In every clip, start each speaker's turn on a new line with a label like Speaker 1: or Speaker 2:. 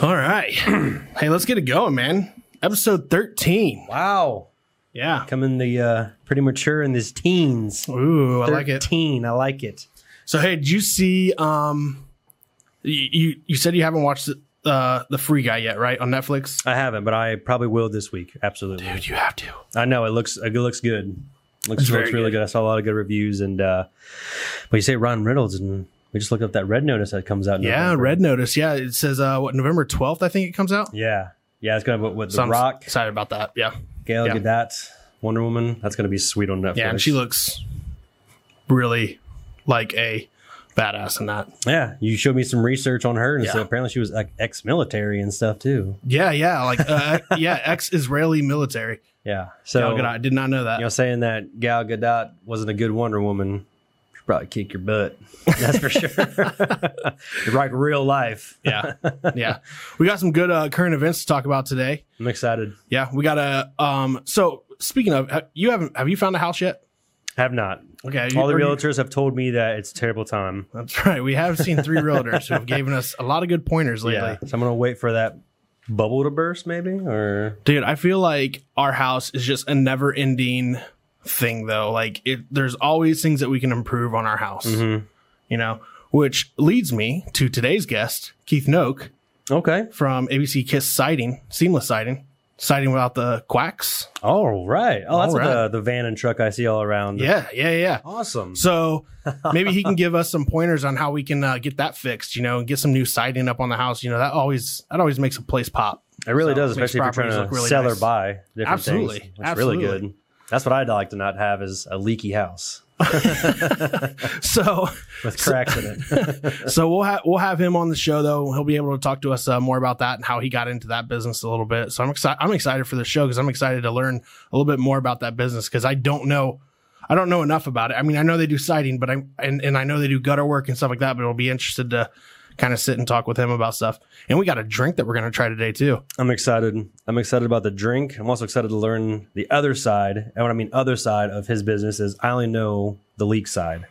Speaker 1: All right. hey, let's get it going, man. Episode 13.
Speaker 2: Wow.
Speaker 1: Yeah.
Speaker 2: Coming the uh, pretty mature in his teens.
Speaker 1: Ooh, I like it.
Speaker 2: Teen. I like it.
Speaker 1: So, hey, did you see um you you, you said you haven't watched the, uh The Free Guy yet, right? On Netflix?
Speaker 2: I haven't, but I probably will this week. Absolutely.
Speaker 1: Dude, you have to.
Speaker 2: I know it looks it looks good. Looks,
Speaker 1: It's very
Speaker 2: looks really
Speaker 1: good.
Speaker 2: good. I saw a lot of good reviews and uh but you say Ron Reynolds and we just looked up that red notice that comes out. in
Speaker 1: Yeah,
Speaker 2: November.
Speaker 1: Red Notice. Yeah, it says uh what November 12th I think it comes out.
Speaker 2: Yeah. Yeah, it's gonna be what the
Speaker 1: So I'm
Speaker 2: rock,
Speaker 1: excited about that. Yeah.
Speaker 2: Gail
Speaker 1: yeah.
Speaker 2: Gadot, Wonder Woman. That's gonna be sweet on Netflix.
Speaker 1: Yeah, and she looks really like a badass in that.
Speaker 2: Yeah, you showed me some research on her and
Speaker 1: Yeah.
Speaker 2: so apparently she was like ex military and stuff too.
Speaker 1: Yeah, yeah, like uh, yeah, ex-Israeli military.
Speaker 2: Yeah. So
Speaker 1: Gal Gadot, I did not know that.
Speaker 2: You know, saying that Gal Gadot wasn't a good Wonder Woman should probably kick your butt. That's for sure. like real life.
Speaker 1: yeah yeah we got some good uh, current events to talk about today
Speaker 2: I'm excited.
Speaker 1: yeah we got a um so speaking of ha- you haven't have you found a house yet
Speaker 2: Have not.
Speaker 1: okay you-
Speaker 2: All the
Speaker 1: or you-
Speaker 2: realtors have told me that it's a terrible time.
Speaker 1: that's right we have seen three realtors who have given us a lot of good pointers lately
Speaker 2: Yeah. So I'm gonna wait for that bubble to burst, maybe, or
Speaker 1: dude i feel like our house is just a never ending thing though like it, there's always things that we can improve on our house
Speaker 2: Mm-hmm.
Speaker 1: you know which leads me to today's guest keith noak
Speaker 2: okay.
Speaker 1: from abc kiss siding seamless siding siding without the quacks
Speaker 2: All right. Oh, that's
Speaker 1: All right.
Speaker 2: The, the van and truck I see all around.
Speaker 1: yeah yeah yeah
Speaker 2: Awesome.
Speaker 1: So maybe he can give us some pointers on how we can uh, get that fixed, you know, and get some new siding up on the house. You know, that always that always makes a place pop.
Speaker 2: It really
Speaker 1: So
Speaker 2: does,
Speaker 1: it makes
Speaker 2: especially if you're
Speaker 1: properties
Speaker 2: trying
Speaker 1: look
Speaker 2: to
Speaker 1: really
Speaker 2: sell
Speaker 1: nice.
Speaker 2: or buy different
Speaker 1: Absolutely.
Speaker 2: things. really
Speaker 1: Absolutely.
Speaker 2: good. That's what I'd like to not have is a leaky house
Speaker 1: So
Speaker 2: with cracks in it.
Speaker 1: so we'll have we'll have him on the show though. He'll be able to talk to us uh, more about that and how he got into that business a little bit. So I'm excited I'm excited for the show because I'm excited to learn a little bit more about that business because I don't know I don't know enough about it. I mean, I know they do siding, but I and and I know they do gutter work and stuff like that. But I'll be interested to kind of sit and talk with him about stuff. And we got a drink that we're going to try today too.
Speaker 2: I'm excited. I'm excited about the drink. I'm also excited to learn the other side. And what I mean other side of his business is I only know the leak side.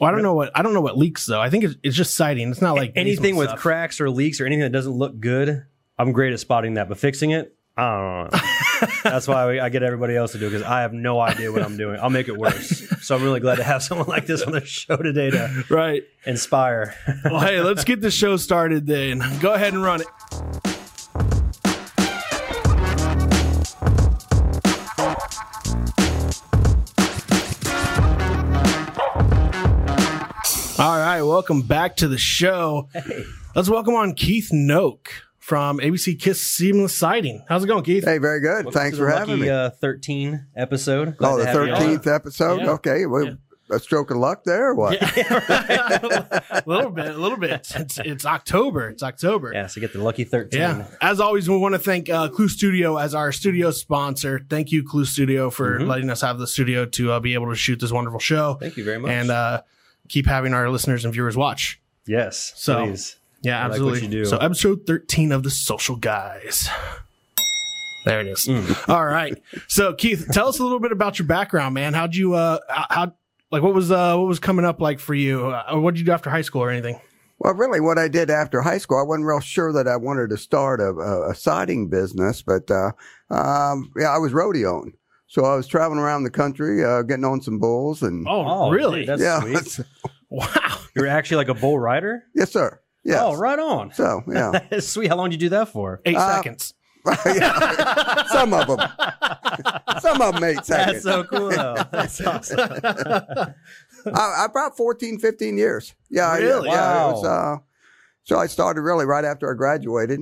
Speaker 1: Well, I don't know what I don't know what leaks though. I think it's, it's just siding. It's not like
Speaker 2: anything
Speaker 1: basement
Speaker 2: with
Speaker 1: stuff.
Speaker 2: cracks or leaks or anything that doesn't look good, I'm great at spotting that. But fixing it, I don't know. That's why we, I get everybody else to do it because I have no idea what I'm doing. I'll make it worse. So I'm really glad to have someone like this on the show today to
Speaker 1: right.
Speaker 2: inspire.
Speaker 1: Well, hey, let's get the show started then. Go ahead and run it. All right, welcome back to the show. Let's welcome on Keith Noak from ABC Kiss Seamless Siding. How's it going, Keith?
Speaker 3: Hey, very good. Thanks
Speaker 2: To the
Speaker 3: for having
Speaker 2: lucky,
Speaker 3: me.
Speaker 2: Uh, 13 episode. Glad
Speaker 3: oh, the
Speaker 2: to have you on.
Speaker 3: thirteenth episode.
Speaker 1: Yeah.
Speaker 3: Okay, well, a stroke of luck there. Or what?
Speaker 1: a little bit, a little bit. It's, it's October. It's October.
Speaker 2: Yeah, so get the lucky 13.
Speaker 1: Yeah. As always, we want to thank uh, Clue Studio as our studio sponsor. Thank you, Clue Studio, for letting us have the studio to uh, be able to shoot this wonderful show
Speaker 2: Mm-hmm. Thank you very much.
Speaker 1: and uh, keep having our listeners and viewers watch.
Speaker 2: yes,
Speaker 1: So-
Speaker 2: please.
Speaker 1: Yeah,
Speaker 2: I like
Speaker 1: absolutely.
Speaker 2: what you do.
Speaker 1: So, episode 13 of The Social Guys. There it is.
Speaker 2: Hmm.
Speaker 1: All right. So, Keith, tell us a little bit about your background, man. How'd you, uh, how, how- like, what was, uh, what was coming up like for you? Uh, what did you do after high school or anything?
Speaker 3: Well, really, what I did after high school, I wasn't real sure that I wanted to start a, a, a siding business, but uh, um, yeah, I was rodeoing, so I was traveling around the country, uh, getting on some bulls, and
Speaker 1: Oh, really?
Speaker 2: dude, that's
Speaker 3: yeah,
Speaker 2: sweet.
Speaker 1: wow.
Speaker 2: You're actually like a bull rider?
Speaker 3: yes, sir. Yes.
Speaker 2: Oh, right on.
Speaker 3: So yeah,
Speaker 2: That's sweet. How long did you do that for?
Speaker 1: Eight
Speaker 3: Uh,
Speaker 1: seconds.
Speaker 3: Yeah. some of them, some of them eight
Speaker 2: That's
Speaker 3: seconds.
Speaker 2: so cool, though. That's awesome.
Speaker 3: I, I about 14, 15 years. Yeah. I-
Speaker 1: Really?
Speaker 3: Yeah,
Speaker 2: Wow.
Speaker 3: it was, uh, so I started really right after I graduated.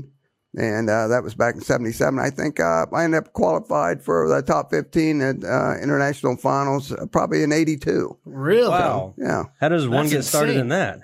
Speaker 3: And uh, that was back in 77. I think uh, I ended up qualified for the top 15 at uh, international finals uh, probably in 82.
Speaker 1: Really?
Speaker 2: Wow.
Speaker 3: Yeah.
Speaker 2: How does one
Speaker 1: That's
Speaker 2: get started
Speaker 1: insane.
Speaker 2: in that?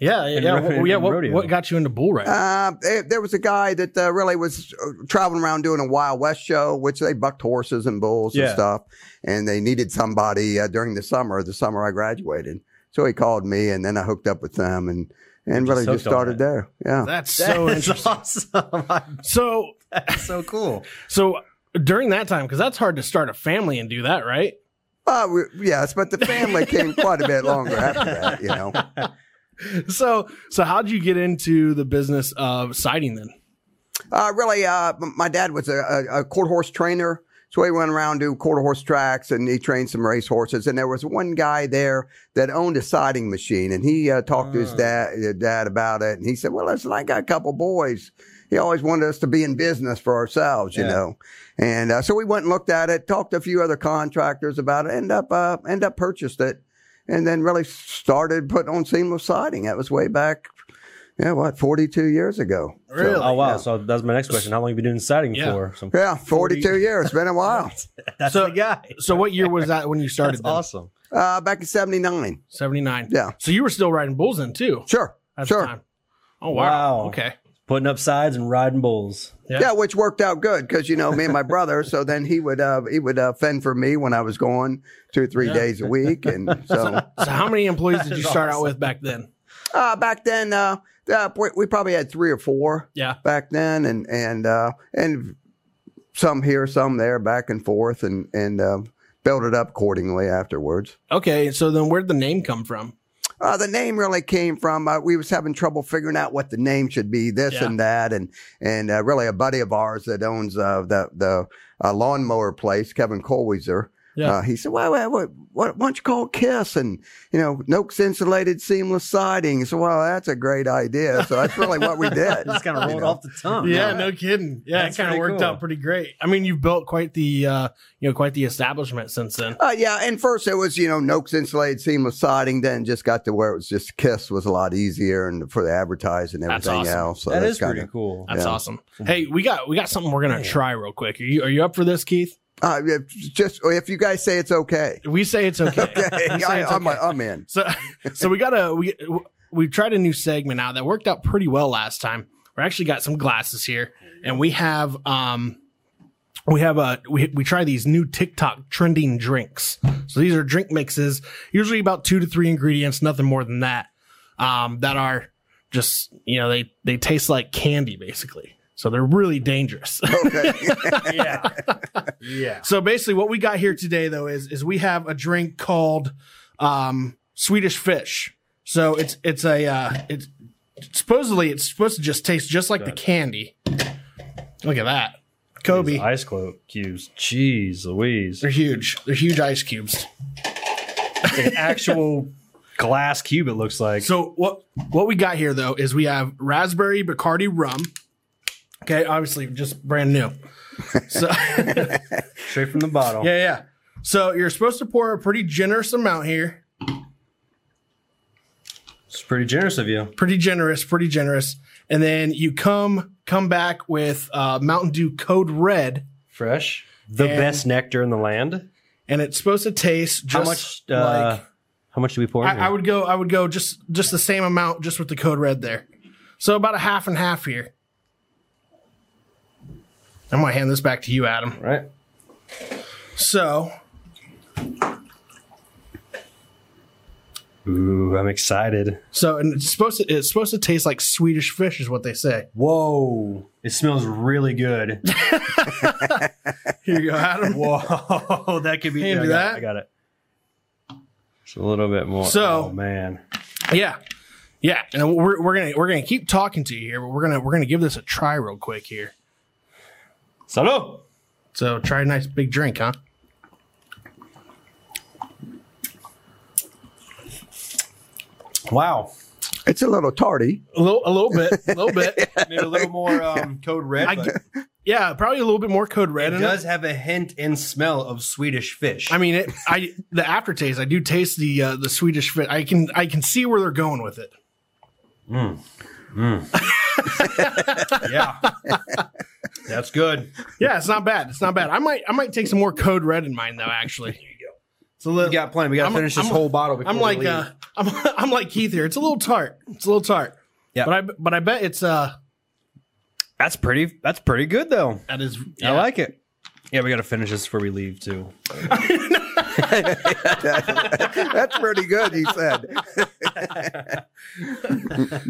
Speaker 1: Yeah, yeah,
Speaker 2: And
Speaker 1: yeah.
Speaker 2: ro-
Speaker 1: What, yeah
Speaker 2: and
Speaker 1: what,
Speaker 2: rodeo.
Speaker 1: what got you into bull riding?
Speaker 3: Uh, there- there was a guy that uh, really was uh, traveling around doing a Wild West show, which they bucked horses and bulls
Speaker 2: Yeah.
Speaker 3: and stuff. And they needed somebody uh, during the summer, the summer I graduated. So he called me, and then I hooked up with them and, and
Speaker 2: Just
Speaker 3: really just
Speaker 2: hooked on
Speaker 3: started
Speaker 2: it.
Speaker 3: there. Yeah.
Speaker 1: That's
Speaker 2: That's
Speaker 1: so interesting.
Speaker 2: awesome.
Speaker 1: So,
Speaker 2: That's so cool.
Speaker 1: so during that time, because that's hard to start a family and do that, right?
Speaker 3: Uh, we, yes, but the family came quite a bit longer after that, you know.
Speaker 1: so so how did you get into the business of siding then?
Speaker 3: Uh, really, uh, m- my dad was a, a, a quarter horse trainer. So he went around to quarter horse tracks and he trained some race horses. And there was one guy there that owned a siding machine and he uh, talked to his dad, his dad about it. And he said, well, listen, I got a couple boys. He always wanted us to be in business for ourselves, you
Speaker 2: Yeah.
Speaker 3: know. And uh, so we went and looked at it, talked to a few other contractors about it, end up, uh, end up purchased it and then really started putting on seamless siding. That was way back. Yeah, what, 42 years ago. So-
Speaker 1: Really?
Speaker 2: Oh wow!
Speaker 3: yeah.
Speaker 2: So that's my next question. How long have you been doing siding
Speaker 1: Yeah.
Speaker 2: for? Some,
Speaker 3: Yeah, 42 years. It's been a while.
Speaker 2: that's
Speaker 1: So-
Speaker 2: the guy.
Speaker 1: So what year was that when you started?
Speaker 2: That's awesome.
Speaker 3: Uh, back in 79.
Speaker 1: 79.
Speaker 3: Yeah.
Speaker 1: So you were still riding bulls then too
Speaker 3: Sure.
Speaker 1: at
Speaker 3: sure.
Speaker 1: the time. Oh wow.
Speaker 2: Wow.
Speaker 1: Okay.
Speaker 2: Putting up sides and riding bulls.
Speaker 1: Yeah.
Speaker 3: Yeah, which worked out good because you know me and my brother. So then he would uh, he would uh, fend for me when I was gone two three
Speaker 1: Yeah.
Speaker 3: days a week, and so
Speaker 1: So how many employees did
Speaker 2: That
Speaker 1: you
Speaker 2: is
Speaker 1: start out
Speaker 2: awesome.
Speaker 1: with back then?
Speaker 3: uh, back then uh, uh, we- we probably had three or four
Speaker 1: Yeah.
Speaker 3: back then, and and uh, and some here, some there, back and forth, and and uh, built it up accordingly afterwards.
Speaker 1: Okay. So then where'd the name come from?
Speaker 3: Uh, the name really came from uh, we was having trouble figuring out what the name should be, this
Speaker 1: Yeah.
Speaker 3: and that, and and uh, really a buddy of ours that owns uh, the the uh, lawnmower place, Kevin Colweiser.
Speaker 1: Yeah.
Speaker 3: Uh, he said, well, well, what, what, why don't you call Kiss and, you know, Noakes insulated seamless siding. So, well, that's a great idea. So that's really what we did.
Speaker 2: Just kind of
Speaker 3: you
Speaker 2: rolled
Speaker 3: know.
Speaker 2: off the tongue.
Speaker 1: Yeah,
Speaker 2: huh?
Speaker 1: no kidding. Yeah,
Speaker 2: That's
Speaker 1: it kind of
Speaker 2: pretty
Speaker 1: worked
Speaker 2: cool.
Speaker 1: out pretty great. I mean, you've built quite the uh, you know quite the establishment since then.
Speaker 3: Uh, yeah, and first it was you know Noakes insulated seamless siding. Then it just got to where it was just Kiss was a lot easier and for the advertising and
Speaker 1: That's
Speaker 3: everything
Speaker 1: awesome.
Speaker 3: else. So
Speaker 2: that
Speaker 3: that's
Speaker 2: is pretty
Speaker 3: kinda-
Speaker 2: cool.
Speaker 1: That's
Speaker 3: Yeah.
Speaker 1: awesome. Hey, we got we got something we're gonna
Speaker 2: Yeah.
Speaker 1: try real quick. Are you are you up for this, Keith?
Speaker 3: Uh, yeah, just if you guys say it's okay,
Speaker 1: We say it's okay.
Speaker 3: okay,
Speaker 1: We say
Speaker 3: I,
Speaker 1: it's
Speaker 3: I'm,
Speaker 1: okay.
Speaker 3: I'm in.
Speaker 1: So so we got a we we tried a new segment out that worked out pretty well last time. We actually got some glasses here, and we have um we have a we we try these new TikTok trending drinks. So these are drink mixes, usually about two to three ingredients, nothing more than that. Um, that are just you know they they taste like candy basically. So they're really dangerous.
Speaker 3: Okay,
Speaker 2: yeah. Yeah.
Speaker 1: So basically, what we got here today though is is we have a drink called um, Swedish Fish. So it's it's a uh, it's supposedly it's supposed to just taste just like the candy. Look at that, Kobe.
Speaker 2: These Ice clo- cubes. Jeez Louise.
Speaker 1: They're huge. They're huge ice cubes.
Speaker 2: It's an actual glass cube, it looks like.
Speaker 1: So what what we got here though is we have raspberry Bacardi rum. Okay, obviously just brand new. So
Speaker 2: Straight from the bottle.
Speaker 1: Yeah, yeah. So you're supposed to pour a pretty generous amount here.
Speaker 2: It's pretty generous of you.
Speaker 1: pretty generous, pretty generous. And then you come come back with uh, Mountain Dew Code Red,
Speaker 2: Fresh. The
Speaker 1: And-
Speaker 2: best nectar in the land.
Speaker 1: and it's supposed to taste just
Speaker 2: How much uh,
Speaker 1: like
Speaker 2: how much do we pour in
Speaker 1: I,
Speaker 2: here?
Speaker 1: I would go. I would go just just the same amount, just with the Code Red there. So about a half and half here. I'm gonna hand this back to you, Adam.
Speaker 2: right?
Speaker 1: So
Speaker 2: Ooh, I'm excited.
Speaker 1: so and it's supposed to it's supposed to taste like Swedish fish, is what they say.
Speaker 2: Whoa. It smells really good.
Speaker 1: Here you go, Adam.
Speaker 2: Whoa, that could be.
Speaker 1: Hand
Speaker 2: I
Speaker 1: you
Speaker 2: got
Speaker 1: that.
Speaker 2: It, I got it. It's a little bit more.
Speaker 1: So-
Speaker 2: oh, man,
Speaker 1: Yeah. Yeah, and we're, we're gonna we're gonna keep talking to you here, but we're gonna we're gonna give this a try real quick here.
Speaker 2: salud.
Speaker 1: So try a nice big drink, huh?
Speaker 2: Wow,
Speaker 3: it's a little tardy.
Speaker 1: A little, a little bit, a little bit.
Speaker 2: maybe a little more um, code red.
Speaker 1: I
Speaker 2: but
Speaker 1: g- yeah, probably a little bit more code red.
Speaker 2: it
Speaker 1: in
Speaker 2: does have a hint and smell of Swedish fish.
Speaker 1: I mean, it, I the aftertaste. I do taste the uh, the Swedish fit. I can I can see where they're going with it.
Speaker 2: yeah, that's good.
Speaker 1: Yeah, it's not bad. It's not bad. I might I might take some more code red in mine though. Actually, it's a little.
Speaker 2: We got plenty. We got
Speaker 1: I'm-
Speaker 2: to finish this
Speaker 1: I'm-
Speaker 2: whole bottle. Before
Speaker 1: I'm
Speaker 2: we
Speaker 1: like
Speaker 2: leave.
Speaker 1: uh, I'm I'm like Keith here. It's a little tart. It's a little tart.
Speaker 2: Yeah.
Speaker 1: but I but I bet it's uh
Speaker 2: that's pretty. That's pretty good though.
Speaker 1: that is
Speaker 2: I like it. Yeah, we got to finish this before we leave too.
Speaker 3: That's pretty good. He said.
Speaker 1: Uh,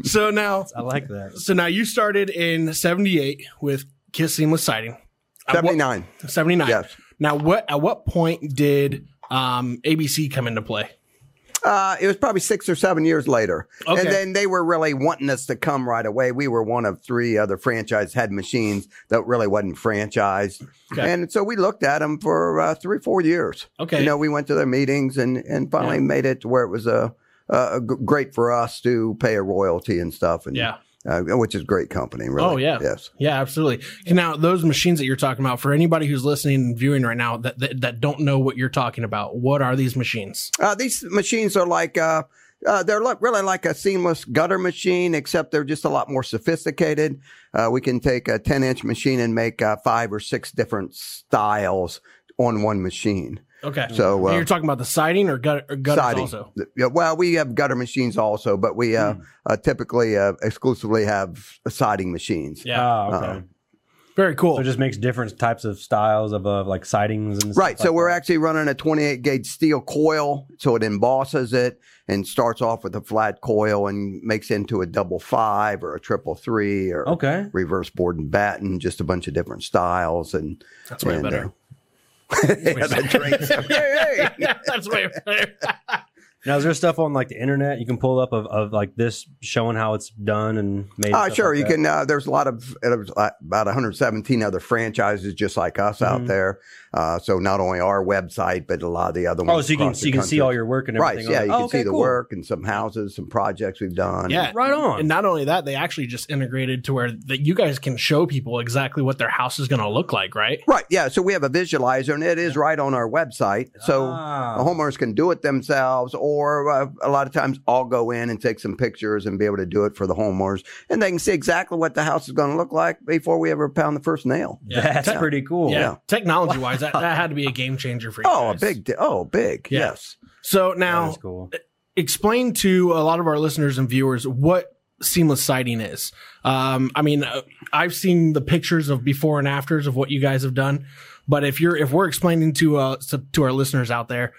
Speaker 1: so now
Speaker 2: I like that.
Speaker 1: so now you started in '78 with Kiss Seamless Sighting. At what-
Speaker 3: Seventy nine.
Speaker 1: 79.
Speaker 3: Yes.
Speaker 1: Now, what at what point did um, ABC come into play?
Speaker 3: Uh, it was probably six or seven years later.
Speaker 1: Okay.
Speaker 3: And then they were really wanting us to come right away. We were one of three other franchise head machines that really wasn't franchised.
Speaker 1: Okay.
Speaker 3: And so we looked at them for uh, three, four years.
Speaker 1: Okay.
Speaker 3: You know, we went to their meetings and, and finally made it to where it was a, uh g great for us to pay a royalty and stuff. And,
Speaker 1: Yeah.
Speaker 3: Uh, which is great company, really.
Speaker 1: Oh, yeah.
Speaker 3: Yes.
Speaker 1: Yeah, absolutely. And Now, those machines that you're talking about, for anybody who's listening and viewing right now that, that, that don't know what you're talking about, what are these machines?
Speaker 3: Uh, these machines are like uh, uh, they're like, really like a seamless gutter machine, except they're just a lot more sophisticated. Uh, we can take a ten inch machine and make uh, five or six different styles on one machine.
Speaker 1: Okay.
Speaker 3: So
Speaker 1: And
Speaker 3: uh,
Speaker 1: you're talking about the siding or gut or gutters
Speaker 3: siding.
Speaker 1: also? Hmm.
Speaker 3: Yeah, well, we have gutter machines also, but we uh, uh, typically uh, exclusively have siding machines.
Speaker 1: Yeah.
Speaker 2: Ah, okay.
Speaker 3: Uh-oh.
Speaker 1: Uh, Very cool.
Speaker 2: So it just makes different types of styles of uh, like sightings and stuff
Speaker 3: Right. So
Speaker 2: like
Speaker 3: we're
Speaker 2: that.
Speaker 3: actually running a 28 gauge steel coil. So it embosses it and starts off with a flat coil and makes into a double five or a triple three or
Speaker 2: okay.
Speaker 3: reverse board and batten, just a bunch of different styles. And
Speaker 1: That's way
Speaker 3: and,
Speaker 1: better.
Speaker 3: uh, yeah, the drinks. Hey, hey.
Speaker 1: That's way better.
Speaker 2: Now is there stuff on like the internet you can pull up of, of like this showing how it's done and made? and
Speaker 3: Uh,
Speaker 2: stuff
Speaker 3: sure,
Speaker 2: like
Speaker 3: you
Speaker 2: that?
Speaker 3: can. Uh, there's a lot of there's uh, about 117 other franchises just like us
Speaker 2: Mm-hmm.
Speaker 3: out there. Uh, so not only our website, but a lot of the other ones.
Speaker 2: Oh, so you can
Speaker 3: across
Speaker 2: so
Speaker 3: the
Speaker 2: you can see
Speaker 3: country.
Speaker 2: all your work and
Speaker 3: right.
Speaker 2: everything. on
Speaker 3: Yeah,
Speaker 2: it.
Speaker 3: you
Speaker 2: Oh,
Speaker 3: can
Speaker 2: okay,
Speaker 3: see the
Speaker 2: cool.
Speaker 3: work and some houses, some projects we've done.
Speaker 1: Yeah.
Speaker 2: Right on.
Speaker 1: And not only that, they actually just integrated to where that you guys can show people exactly what their house is going to look like, right?
Speaker 3: Right. Yeah. So we have a visualizer, and it is right on our website. So
Speaker 2: Ah.
Speaker 3: the homeowners can do it themselves, or uh, a lot of times I'll go in and take some pictures and be able to do it for the homeowners, and they can see exactly what the house is going to look like before we ever pound the first nail.
Speaker 2: That's pretty cool.
Speaker 1: Yeah.
Speaker 3: Yeah.
Speaker 1: Technology wise, that, that had to be a game changer for you.
Speaker 3: Oh, a
Speaker 1: guys.
Speaker 3: big. di- Oh, big.
Speaker 1: Yeah.
Speaker 3: Yes.
Speaker 1: So
Speaker 2: That
Speaker 1: now
Speaker 2: is cool.
Speaker 1: explain to a lot of our listeners and viewers what seamless siding is. Um, I mean, uh, I've seen the pictures of before and afters of what you guys have done, but if you're if we're explaining to uh to, to our listeners out there,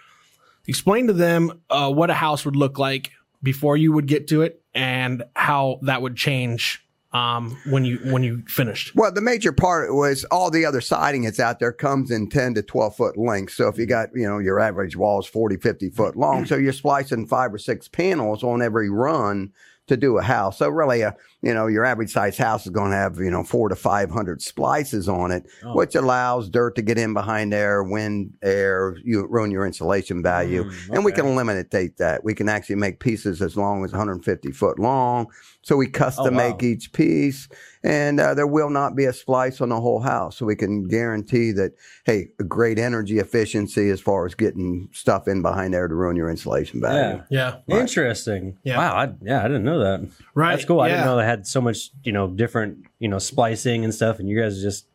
Speaker 1: explain to them uh, what a house would look like before you would get to it and how that would change um when you when you finished.
Speaker 3: Well, the major part was all the other siding that's out there comes in 10 to 12 foot lengths. So if you got, you know, your average wall is 40, 50 foot long. So you're splicing five or six panels on every run to do a house. So really, a, you know, your average size house is going to have, you know, four to 500 splices on it,
Speaker 2: Oh.
Speaker 3: which allows dirt to get in behind there, wind, air, you ruin your insulation value.
Speaker 2: Hmm,
Speaker 3: And we can eliminate that. We can actually make pieces as long as 150 foot long. So
Speaker 1: Oh,
Speaker 3: we custom make each piece, and uh, there will not be a splice on the whole house. So we can guarantee that, hey, a great energy efficiency as far as getting stuff in behind there to ruin your insulation value.
Speaker 2: Yeah.
Speaker 1: Yeah.
Speaker 2: Interesting.
Speaker 1: Yeah.
Speaker 2: Wow. I, yeah, I didn't know that.
Speaker 1: Right.
Speaker 2: That's cool. I didn't
Speaker 1: Yeah.
Speaker 2: know they had so much, you know, different, you know, splicing and stuff. And you guys just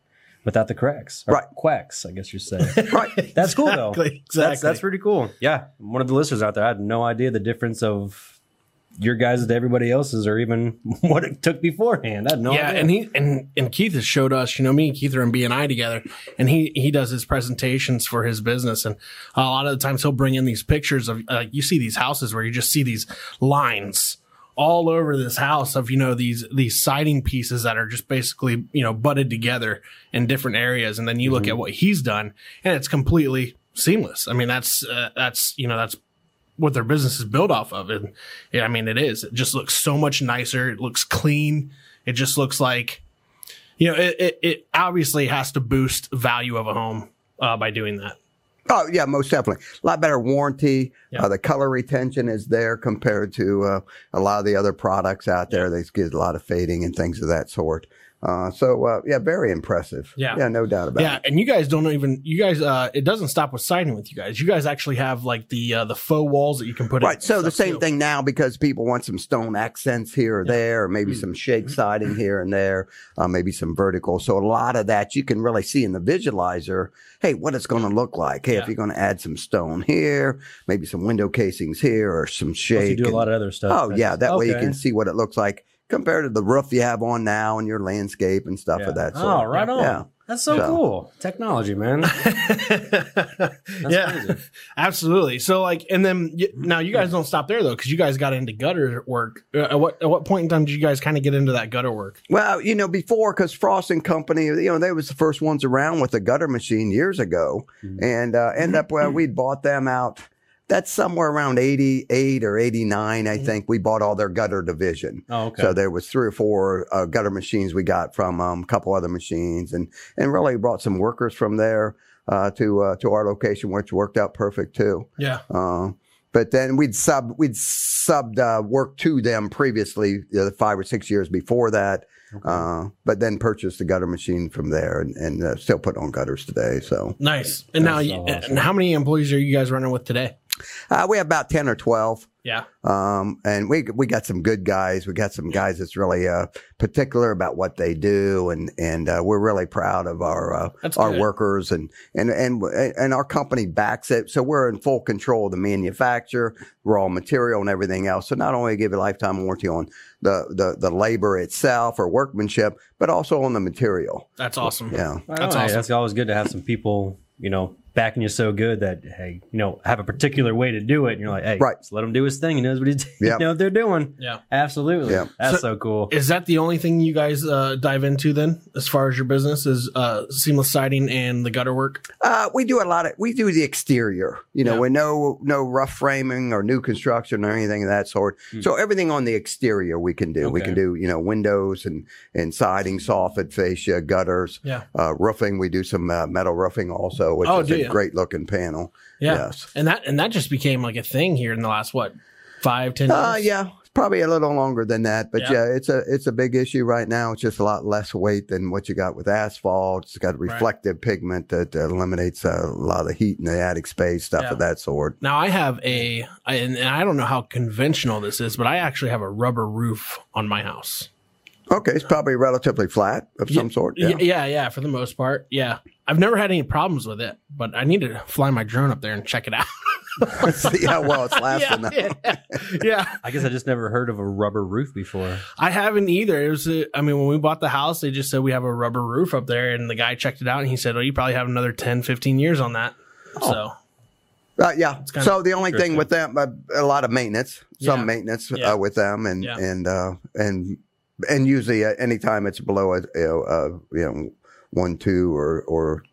Speaker 2: without the cracks, or
Speaker 3: Right.
Speaker 2: Quacks, I guess you're saying.
Speaker 3: Right.
Speaker 2: That's cool though.
Speaker 1: Exactly,
Speaker 2: That's,
Speaker 1: exactly.
Speaker 2: that's pretty cool. Yeah. One of the listeners out there, I had no idea the difference of your guys to everybody else's, or even what it took beforehand. I had no
Speaker 1: yeah,
Speaker 2: idea.
Speaker 1: and he and and Keith has showed us. You know, me and Keith are in BNI together, and he he does his presentations for his business, and a lot of the times he'll bring in these pictures of uh, you see these houses where you just see these lines all over this house of you know these these siding pieces that are just basically you know butted together in different areas, and then you look
Speaker 2: Mm-hmm.
Speaker 1: at what he's done, and it's completely seamless. I mean, that's uh, that's you know that's what their business is built off of. And yeah, I mean, it is. It just looks so much nicer. It looks clean. It just looks like, you know, it, it, it obviously has to boost value of a home uh, by doing that.
Speaker 3: Oh yeah, most definitely. A lot better warranty.
Speaker 1: Yeah.
Speaker 3: Uh, the color retention is there compared to uh, a lot of the other products out there. They get a lot of fading and things of that sort. Uh, so uh, yeah, very impressive.
Speaker 1: Yeah.
Speaker 3: yeah, no doubt about
Speaker 1: Yeah,
Speaker 3: it.
Speaker 1: and you guys don't even you guys uh it doesn't stop with siding with you guys. You guys actually have like the uh the faux walls that you can put in.
Speaker 3: Right. So the
Speaker 1: stuff,
Speaker 3: same
Speaker 1: too.
Speaker 3: thing now because people want some stone accents here or there, or
Speaker 2: Mm-hmm.
Speaker 3: maybe some shake siding here and there, uh, maybe some vertical. So a lot of that you can really see in the visualizer. Hey, what it's going to look like. Hey,
Speaker 1: Yeah.
Speaker 3: if you're going to add some stone here, maybe some window casings here or some
Speaker 2: Plus
Speaker 3: shake.
Speaker 2: you do a
Speaker 3: and-
Speaker 2: lot of other stuff.
Speaker 3: Oh
Speaker 2: That's-
Speaker 3: yeah, that way you
Speaker 2: okay.
Speaker 3: can see what it looks like compared to the roof you have on now and your landscape and stuff
Speaker 2: Yeah.
Speaker 3: of that sort.
Speaker 2: Oh, right
Speaker 1: Yeah.
Speaker 2: on.
Speaker 3: Yeah.
Speaker 2: That's so,
Speaker 3: So-
Speaker 2: cool. Technology, man.
Speaker 1: yeah,
Speaker 2: crazy.
Speaker 1: absolutely. So like, and then y-
Speaker 3: Mm-hmm.
Speaker 1: now you guys don't stop there though, because you guys got into gutter work. Uh, at what at what point in time did you guys kind of get into that gutter work?
Speaker 3: Well, you know, before because Frost and Company, you know, they was the first ones around with the gutter machine years ago, and uh, end up well, we'd bought them out That's somewhere around 88 or 89, I think. We bought all their gutter division.
Speaker 2: Oh, okay.
Speaker 3: So there was three or four uh, gutter machines we got from um, a couple other machines, and and really brought some workers from there uh, to uh, to our location, which worked out perfect too.
Speaker 1: Yeah.
Speaker 3: Uh, but then we'd sub we'd subbed uh, work to them previously, the five or six years before that. Uh, but then purchased the gutter machine from there, and, and uh, still put on gutters today. So
Speaker 1: Nice. And now,
Speaker 2: That's
Speaker 1: you,
Speaker 2: so awesome.
Speaker 1: and how many employees are you guys running with today?
Speaker 3: uh, we have about ten or twelve.
Speaker 1: Yeah.
Speaker 3: Um, and we we got some good guys. We got some guys that's really uh, particular about what they do, and and uh, we're really proud of our uh,
Speaker 1: That's
Speaker 3: our
Speaker 1: good.
Speaker 3: workers, and and and and our company backs it. So we're in full control of the manufacture, raw material, and everything else. So not only give you lifetime warranty on the the the labor itself or workmanship, but also on the material.
Speaker 1: That's awesome.
Speaker 3: Yeah.
Speaker 2: Right
Speaker 1: That's
Speaker 2: on. Hey,
Speaker 1: awesome.
Speaker 2: That's always good to have some people, you know, backing you so good that hey, you know, have a particular way to do it, and you're like, hey,
Speaker 3: Right.
Speaker 2: just let him do his thing. He knows what he's,
Speaker 3: Yep.
Speaker 2: you know, what they're doing.
Speaker 1: Yeah.
Speaker 2: Absolutely.
Speaker 3: Yep.
Speaker 2: That's
Speaker 1: So-
Speaker 2: so, cool.
Speaker 1: Is that the only thing you guys uh, dive into then, as far as your business is uh, seamless siding and the gutter work?
Speaker 3: Uh, we do a lot of we do the exterior, you know,
Speaker 1: Yeah.
Speaker 3: with no no rough framing or new construction or anything of that sort.
Speaker 1: Hmm.
Speaker 3: So everything on the exterior we can do. We
Speaker 2: Okay.
Speaker 3: can do you know windows and and siding, soffit, fascia, gutters,
Speaker 1: Yeah.
Speaker 3: uh, roofing. We do some uh, metal roofing also, which
Speaker 1: Oh,
Speaker 3: is
Speaker 1: do
Speaker 3: a
Speaker 1: ya?
Speaker 3: great looking panel.
Speaker 1: Yeah.
Speaker 3: Yes.
Speaker 1: And that and that just became like a thing here in the last what five ten years.
Speaker 3: Uh, yeah. it's Probably a little longer than that, but
Speaker 1: Yeah.
Speaker 3: yeah. it's a it's a big issue right now. It's just a lot less weight than what you got with asphalt. It's got reflective pigment that eliminates uh, a lot of the heat in the attic space, stuff
Speaker 1: Yeah.
Speaker 3: of that sort.
Speaker 1: Now I have a, I- and, and I don't know how conventional this is, but I actually have a rubber roof on my house.
Speaker 3: Okay, it's probably relatively flat of some sort.
Speaker 1: Yeah.
Speaker 3: Yeah.
Speaker 1: yeah, yeah, for the most part. Yeah, I've never had any problems with it, but I need to fly my drone up there and check it out.
Speaker 3: See how well it's lasting.
Speaker 1: yeah, yeah, yeah.
Speaker 2: I guess I just never heard of a rubber roof before.
Speaker 1: I haven't either. It was, a, I mean, when we bought the house, they just said we have a rubber roof up there, and the guy checked it out and he said, "Oh, you probably have another 10, 15 years on that." So
Speaker 3: Uh, yeah.
Speaker 1: kinda
Speaker 3: So the only thing
Speaker 2: interesting.
Speaker 3: with them, uh, a lot of maintenance, some
Speaker 1: Yeah.
Speaker 3: maintenance
Speaker 1: Yeah.
Speaker 3: uh, with them, and
Speaker 1: Yeah.
Speaker 3: and uh, and and usually uh, anytime it's below a, a, a you know one two or or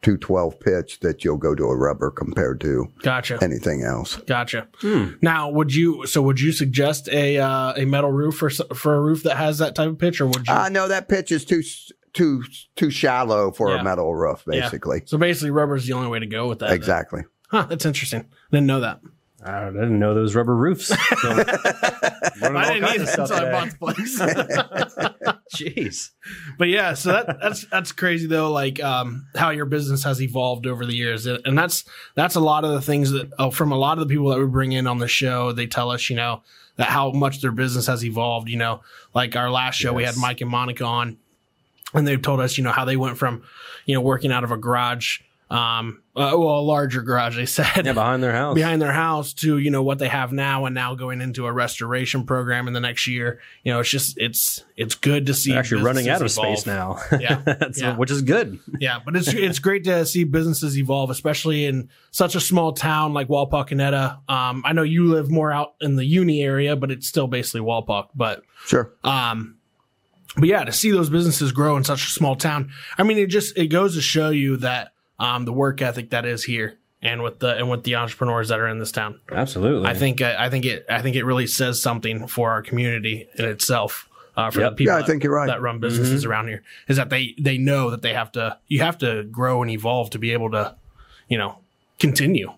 Speaker 3: two twelve pitch that you'll go to a rubber compared to
Speaker 1: gotcha,
Speaker 3: anything else.
Speaker 1: gotcha. Now, would you? So would you suggest a uh, a metal roof for s- for a roof that has that type of pitch, or would you?
Speaker 3: I uh, know that pitch is too s- too too shallow for
Speaker 1: Yeah.
Speaker 3: a metal roof,
Speaker 1: Yeah.
Speaker 3: basically.
Speaker 1: so basically, rubber is the only way to go with that. then.
Speaker 3: Exactly.
Speaker 1: Huh, that's interesting. Didn't know that.
Speaker 2: I don't- I didn't know those rubber roofs. So, learning all
Speaker 1: I didn't
Speaker 2: kinds
Speaker 1: either
Speaker 2: of
Speaker 1: until
Speaker 2: stuff
Speaker 1: I
Speaker 2: today.
Speaker 1: bought the place.
Speaker 2: Jeez.
Speaker 1: but yeah, so that, that's that's crazy though. Like um, how your business has evolved over the years, and and that's that's a lot of the things that oh, from a lot of the people that we bring in on the show, they tell us you know that how much their business has evolved. You know, like our last show, we had
Speaker 2: Yes.
Speaker 1: Mike and Monica on, and they've told us you know how they went from you know working out of a garage. Um, uh, well, a larger garage, they said,
Speaker 2: Yeah, behind their house.
Speaker 1: behind their house to you know what they have now and now going into a restoration program in the next year you know it's just it's it's good to see
Speaker 2: They're actually running out of
Speaker 1: businesses
Speaker 2: space
Speaker 1: evolve.
Speaker 2: now.
Speaker 1: Yeah.
Speaker 2: That's-
Speaker 1: Yeah.
Speaker 2: Which is good.
Speaker 1: yeah but it's it's great to see businesses evolve especially in such a small town like walpa Canetta. um i know you live more out in the uni area but it's still basically walpa but
Speaker 3: Sure.
Speaker 1: um, but yeah, to see those businesses grow in such a small town, I mean, it just it goes to show you that um, the work ethic that is here, and with the and with the entrepreneurs that are in this town.
Speaker 2: Absolutely.
Speaker 1: I think uh, I think it I think it really says something for our community in itself. Uh, for
Speaker 2: Yep.
Speaker 1: the people
Speaker 3: Yeah, I
Speaker 1: that,
Speaker 3: think you're right.
Speaker 1: that run businesses around here is that they they know that they have to you have to grow and evolve to be able to you know continue.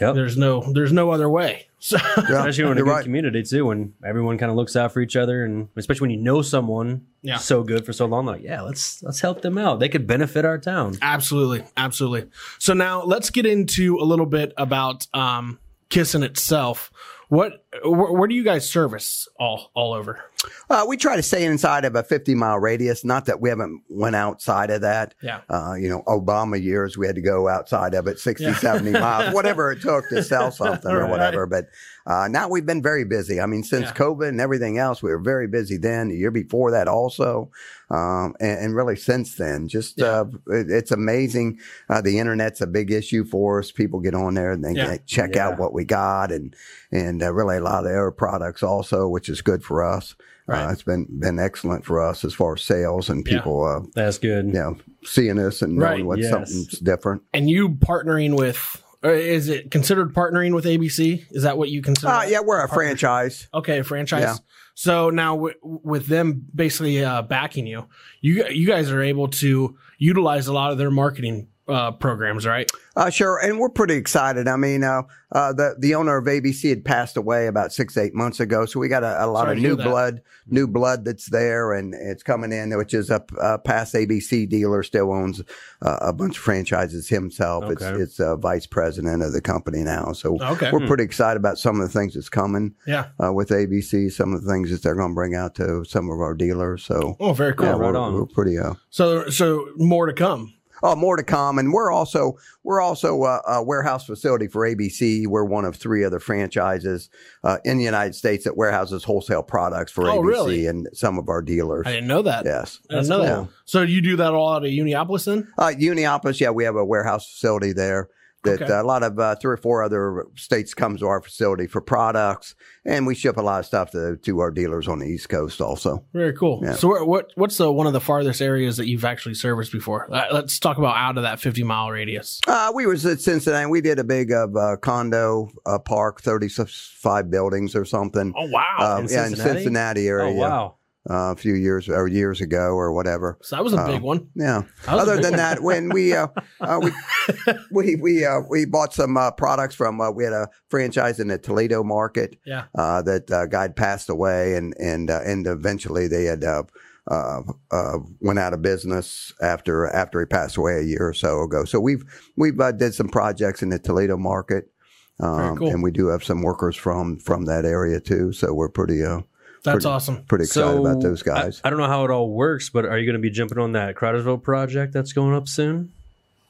Speaker 2: Yep.
Speaker 1: There's no there's no other way. So
Speaker 3: Yeah,
Speaker 2: especially when a
Speaker 3: you're
Speaker 2: good
Speaker 3: right.
Speaker 2: community too, when everyone kind of looks out for each other, and especially when you know someone
Speaker 1: Yeah.
Speaker 2: so good for so long, like yeah, let's let's help them out. They could benefit our town.
Speaker 1: Absolutely, absolutely. So now let's get into a little bit about um, Kissin itself. What where, where do you guys service all all over?
Speaker 3: Uh, we try to stay inside of a 50 mile radius. Not that we haven't went outside of that.
Speaker 1: Yeah.
Speaker 3: Uh, you know, Obama years, we had to go outside of it 60,
Speaker 1: Yeah.
Speaker 3: 70 miles, whatever it took to sell something or
Speaker 1: Right.
Speaker 3: whatever. But uh, now we've been very busy. I mean, since
Speaker 1: Yeah.
Speaker 3: COVID and everything else, we were very busy then, the year before that also. Um, and, and really since then, just
Speaker 1: Yeah.
Speaker 3: uh, it, it's amazing. Uh, the internet's a big issue for us. People get on there and they
Speaker 1: Yeah.
Speaker 3: get- check
Speaker 2: Yeah.
Speaker 3: out what we got and and uh, really a lot of their products also, which is good for us.
Speaker 1: Right.
Speaker 3: Uh, it's been been excellent for us as far as sales and
Speaker 1: Yeah.
Speaker 3: people, uh,
Speaker 2: That's good.
Speaker 3: you know, seeing us and
Speaker 1: Right,
Speaker 3: knowing what
Speaker 2: yes.
Speaker 3: something's different.
Speaker 1: And you partnering with or is it considered partnering with ABC? Is that what you consider?
Speaker 3: Uh, yeah, we're a
Speaker 1: Partnership.
Speaker 3: franchise.
Speaker 1: Okay, franchise.
Speaker 3: Yeah.
Speaker 1: So now w- with them basically uh, backing you, you you guys are able to utilize a lot of their marketing uh, programs, right?
Speaker 3: Uh, sure, and we're pretty excited. I mean, uh, uh, the the owner of ABC had passed away about six eight months ago, so we got a, a lot
Speaker 1: Sorry
Speaker 3: of
Speaker 1: to hear
Speaker 3: new
Speaker 1: that.
Speaker 3: blood, new blood that's there, and it's coming in, which is a, a past ABC dealer, still owns uh, a bunch of franchises himself.
Speaker 2: Okay.
Speaker 3: It's it's uh, vice president of the company now, so
Speaker 1: Okay.
Speaker 3: we're pretty excited about some of the things that's coming
Speaker 1: Yeah.
Speaker 3: uh, with ABC, some of the things that they're going to bring out to some of our dealers. So
Speaker 1: Oh, very cool.
Speaker 3: yeah,
Speaker 2: right
Speaker 3: we're,
Speaker 2: on.
Speaker 3: we're pretty. Uh,
Speaker 1: So so more to come.
Speaker 3: Oh, more to come, and we're also we're also a, a warehouse facility for ABC. We're one of three other franchises uh, in the United States that warehouses wholesale products for
Speaker 1: Oh,
Speaker 3: ABC
Speaker 1: really?
Speaker 3: and some of our dealers.
Speaker 1: I didn't know that.
Speaker 3: Yes,
Speaker 1: I didn't
Speaker 2: That's
Speaker 1: know that.
Speaker 2: cool.
Speaker 1: So you do that all out of Uniopolis then?
Speaker 3: uh, Uniopolis. Yeah, we have a warehouse facility there. That
Speaker 1: Okay.
Speaker 3: uh, a lot of uh, three or four other states come to our facility for products, and we ship a lot of stuff to to our dealers on the East Coast also.
Speaker 1: Very cool.
Speaker 3: Yeah.
Speaker 1: So what, what what's the one of the farthest areas that you've actually serviced before? Uh, let's talk about out of that 50 mile radius.
Speaker 3: Uh, we was at Cincinnati. We did a big uh, uh, condo uh, park, thirty five buildings or something.
Speaker 1: Oh wow.
Speaker 2: in
Speaker 3: uh, yeah, in
Speaker 2: Cincinnati?
Speaker 3: Cincinnati
Speaker 2: Oh
Speaker 3: area.
Speaker 2: wow!
Speaker 3: uh, a few years or years ago or whatever.
Speaker 1: so that was a
Speaker 3: uh,
Speaker 1: big one.
Speaker 3: Yeah.
Speaker 1: That was a
Speaker 3: Other
Speaker 1: big
Speaker 3: than
Speaker 1: one.
Speaker 3: that, when we uh, uh, we we we, uh, we bought some uh, products from uh, we had a franchise in the Toledo market.
Speaker 1: Yeah.
Speaker 3: Uh, that uh, guy had passed away, and and uh, and eventually they had. Uh, uh, uh, went out of business after after he passed away a year or so ago. So we've we've uh, did some projects in the Toledo market,
Speaker 1: Very
Speaker 3: um,
Speaker 1: cool.
Speaker 3: and we do have some workers from from that area too. So we're pretty uh,
Speaker 1: That's
Speaker 3: pretty-
Speaker 1: awesome.
Speaker 3: pretty excited about those
Speaker 2: I-
Speaker 3: guys.
Speaker 2: I, don't know how it all works, but are you going to be jumping on that Crowdersville project that's going up soon?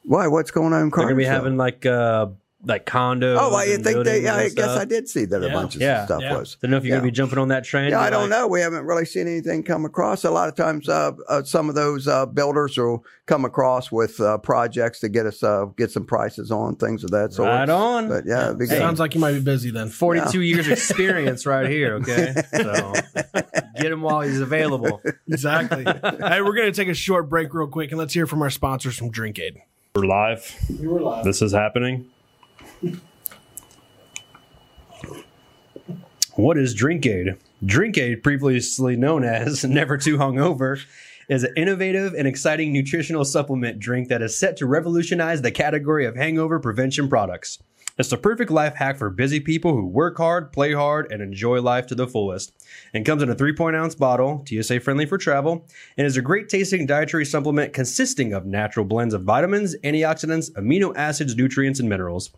Speaker 3: Why? What's going on in
Speaker 2: They're going to be
Speaker 3: Cartersville?
Speaker 2: having like uh like condos.
Speaker 3: Oh, I
Speaker 2: and
Speaker 3: think they.
Speaker 2: buildings
Speaker 3: Yeah,
Speaker 2: and
Speaker 3: I guess
Speaker 2: stuff.
Speaker 3: I did see that a
Speaker 1: Yeah.
Speaker 3: bunch of
Speaker 2: Yeah.
Speaker 3: stuff
Speaker 1: Yeah.
Speaker 3: was.
Speaker 2: Don't know if you're
Speaker 3: Yeah.
Speaker 2: going to be jumping on that train.
Speaker 3: Yeah, I
Speaker 2: You're
Speaker 3: don't
Speaker 2: like,
Speaker 3: know. We haven't really seen anything come across. A lot of times, uh, uh, some of those uh, builders will come across with uh, projects to get us uh, get some prices on things of that sort.
Speaker 2: Right on.
Speaker 3: But yeah, it'd be
Speaker 2: Hey.
Speaker 3: good.
Speaker 1: Sounds like you might be busy then.
Speaker 2: 42 years experience right here. Okay, so get him while he's available.
Speaker 1: Exactly. hey, we're going to take a short break real quick and let's hear from our sponsors from Drink Aid.
Speaker 2: We're live. You were live. This is happening. What is Drink Aid? Drink Aid, previously known as Never Too Hungover, is an innovative and exciting nutritional supplement drink that is set to revolutionize the category of hangover prevention products. It's the perfect life hack for busy people who work hard, play hard, and enjoy life to the fullest. And comes in a 3.0 ounce bottle, TSA friendly for travel, and is a great tasting dietary supplement consisting of natural blends of vitamins, antioxidants, amino acids, nutrients, and minerals.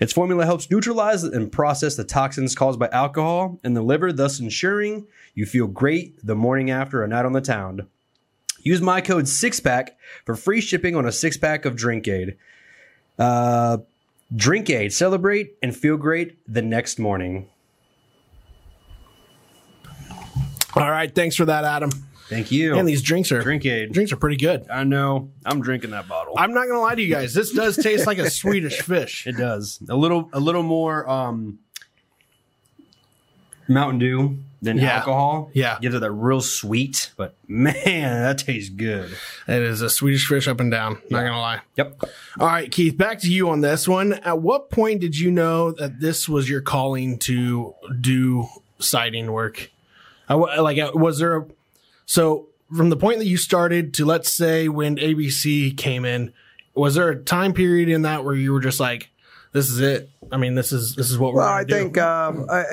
Speaker 2: Its formula helps neutralize and process the toxins caused by alcohol in the liver, thus ensuring you feel great the morning after a night on the town. Use my code SIXPACK for free shipping on a six pack of Drink Aid. Uh, Drink Aid, celebrate and feel great the next morning.
Speaker 1: All right. Thanks for that, Adam.
Speaker 2: Thank you.
Speaker 1: And these drinks are
Speaker 2: Oh, Drink Aid.
Speaker 1: drinks are pretty good.
Speaker 2: I know. I'm drinking that bottle.
Speaker 1: I'm not going to lie to you guys. This does taste like a Swedish fish.
Speaker 2: It does a little, a little more um, Mountain Dew than
Speaker 1: Yeah.
Speaker 2: alcohol.
Speaker 1: Yeah.
Speaker 2: gives it that real sweet, but man, that tastes good.
Speaker 1: It is a Swedish fish up and down. Not going to lie.
Speaker 2: Yep.
Speaker 1: All right, Keith, back to you on this one. At what point did you know that this was your calling to do siding work? I wa- like, uh, was there a, so from the point that you started to let's say when ABC came in, was there a time period in that where you were just like, this is it? I mean, this is this is what we're.
Speaker 3: Well,
Speaker 1: gonna
Speaker 3: I
Speaker 1: do.
Speaker 3: think um, I, I-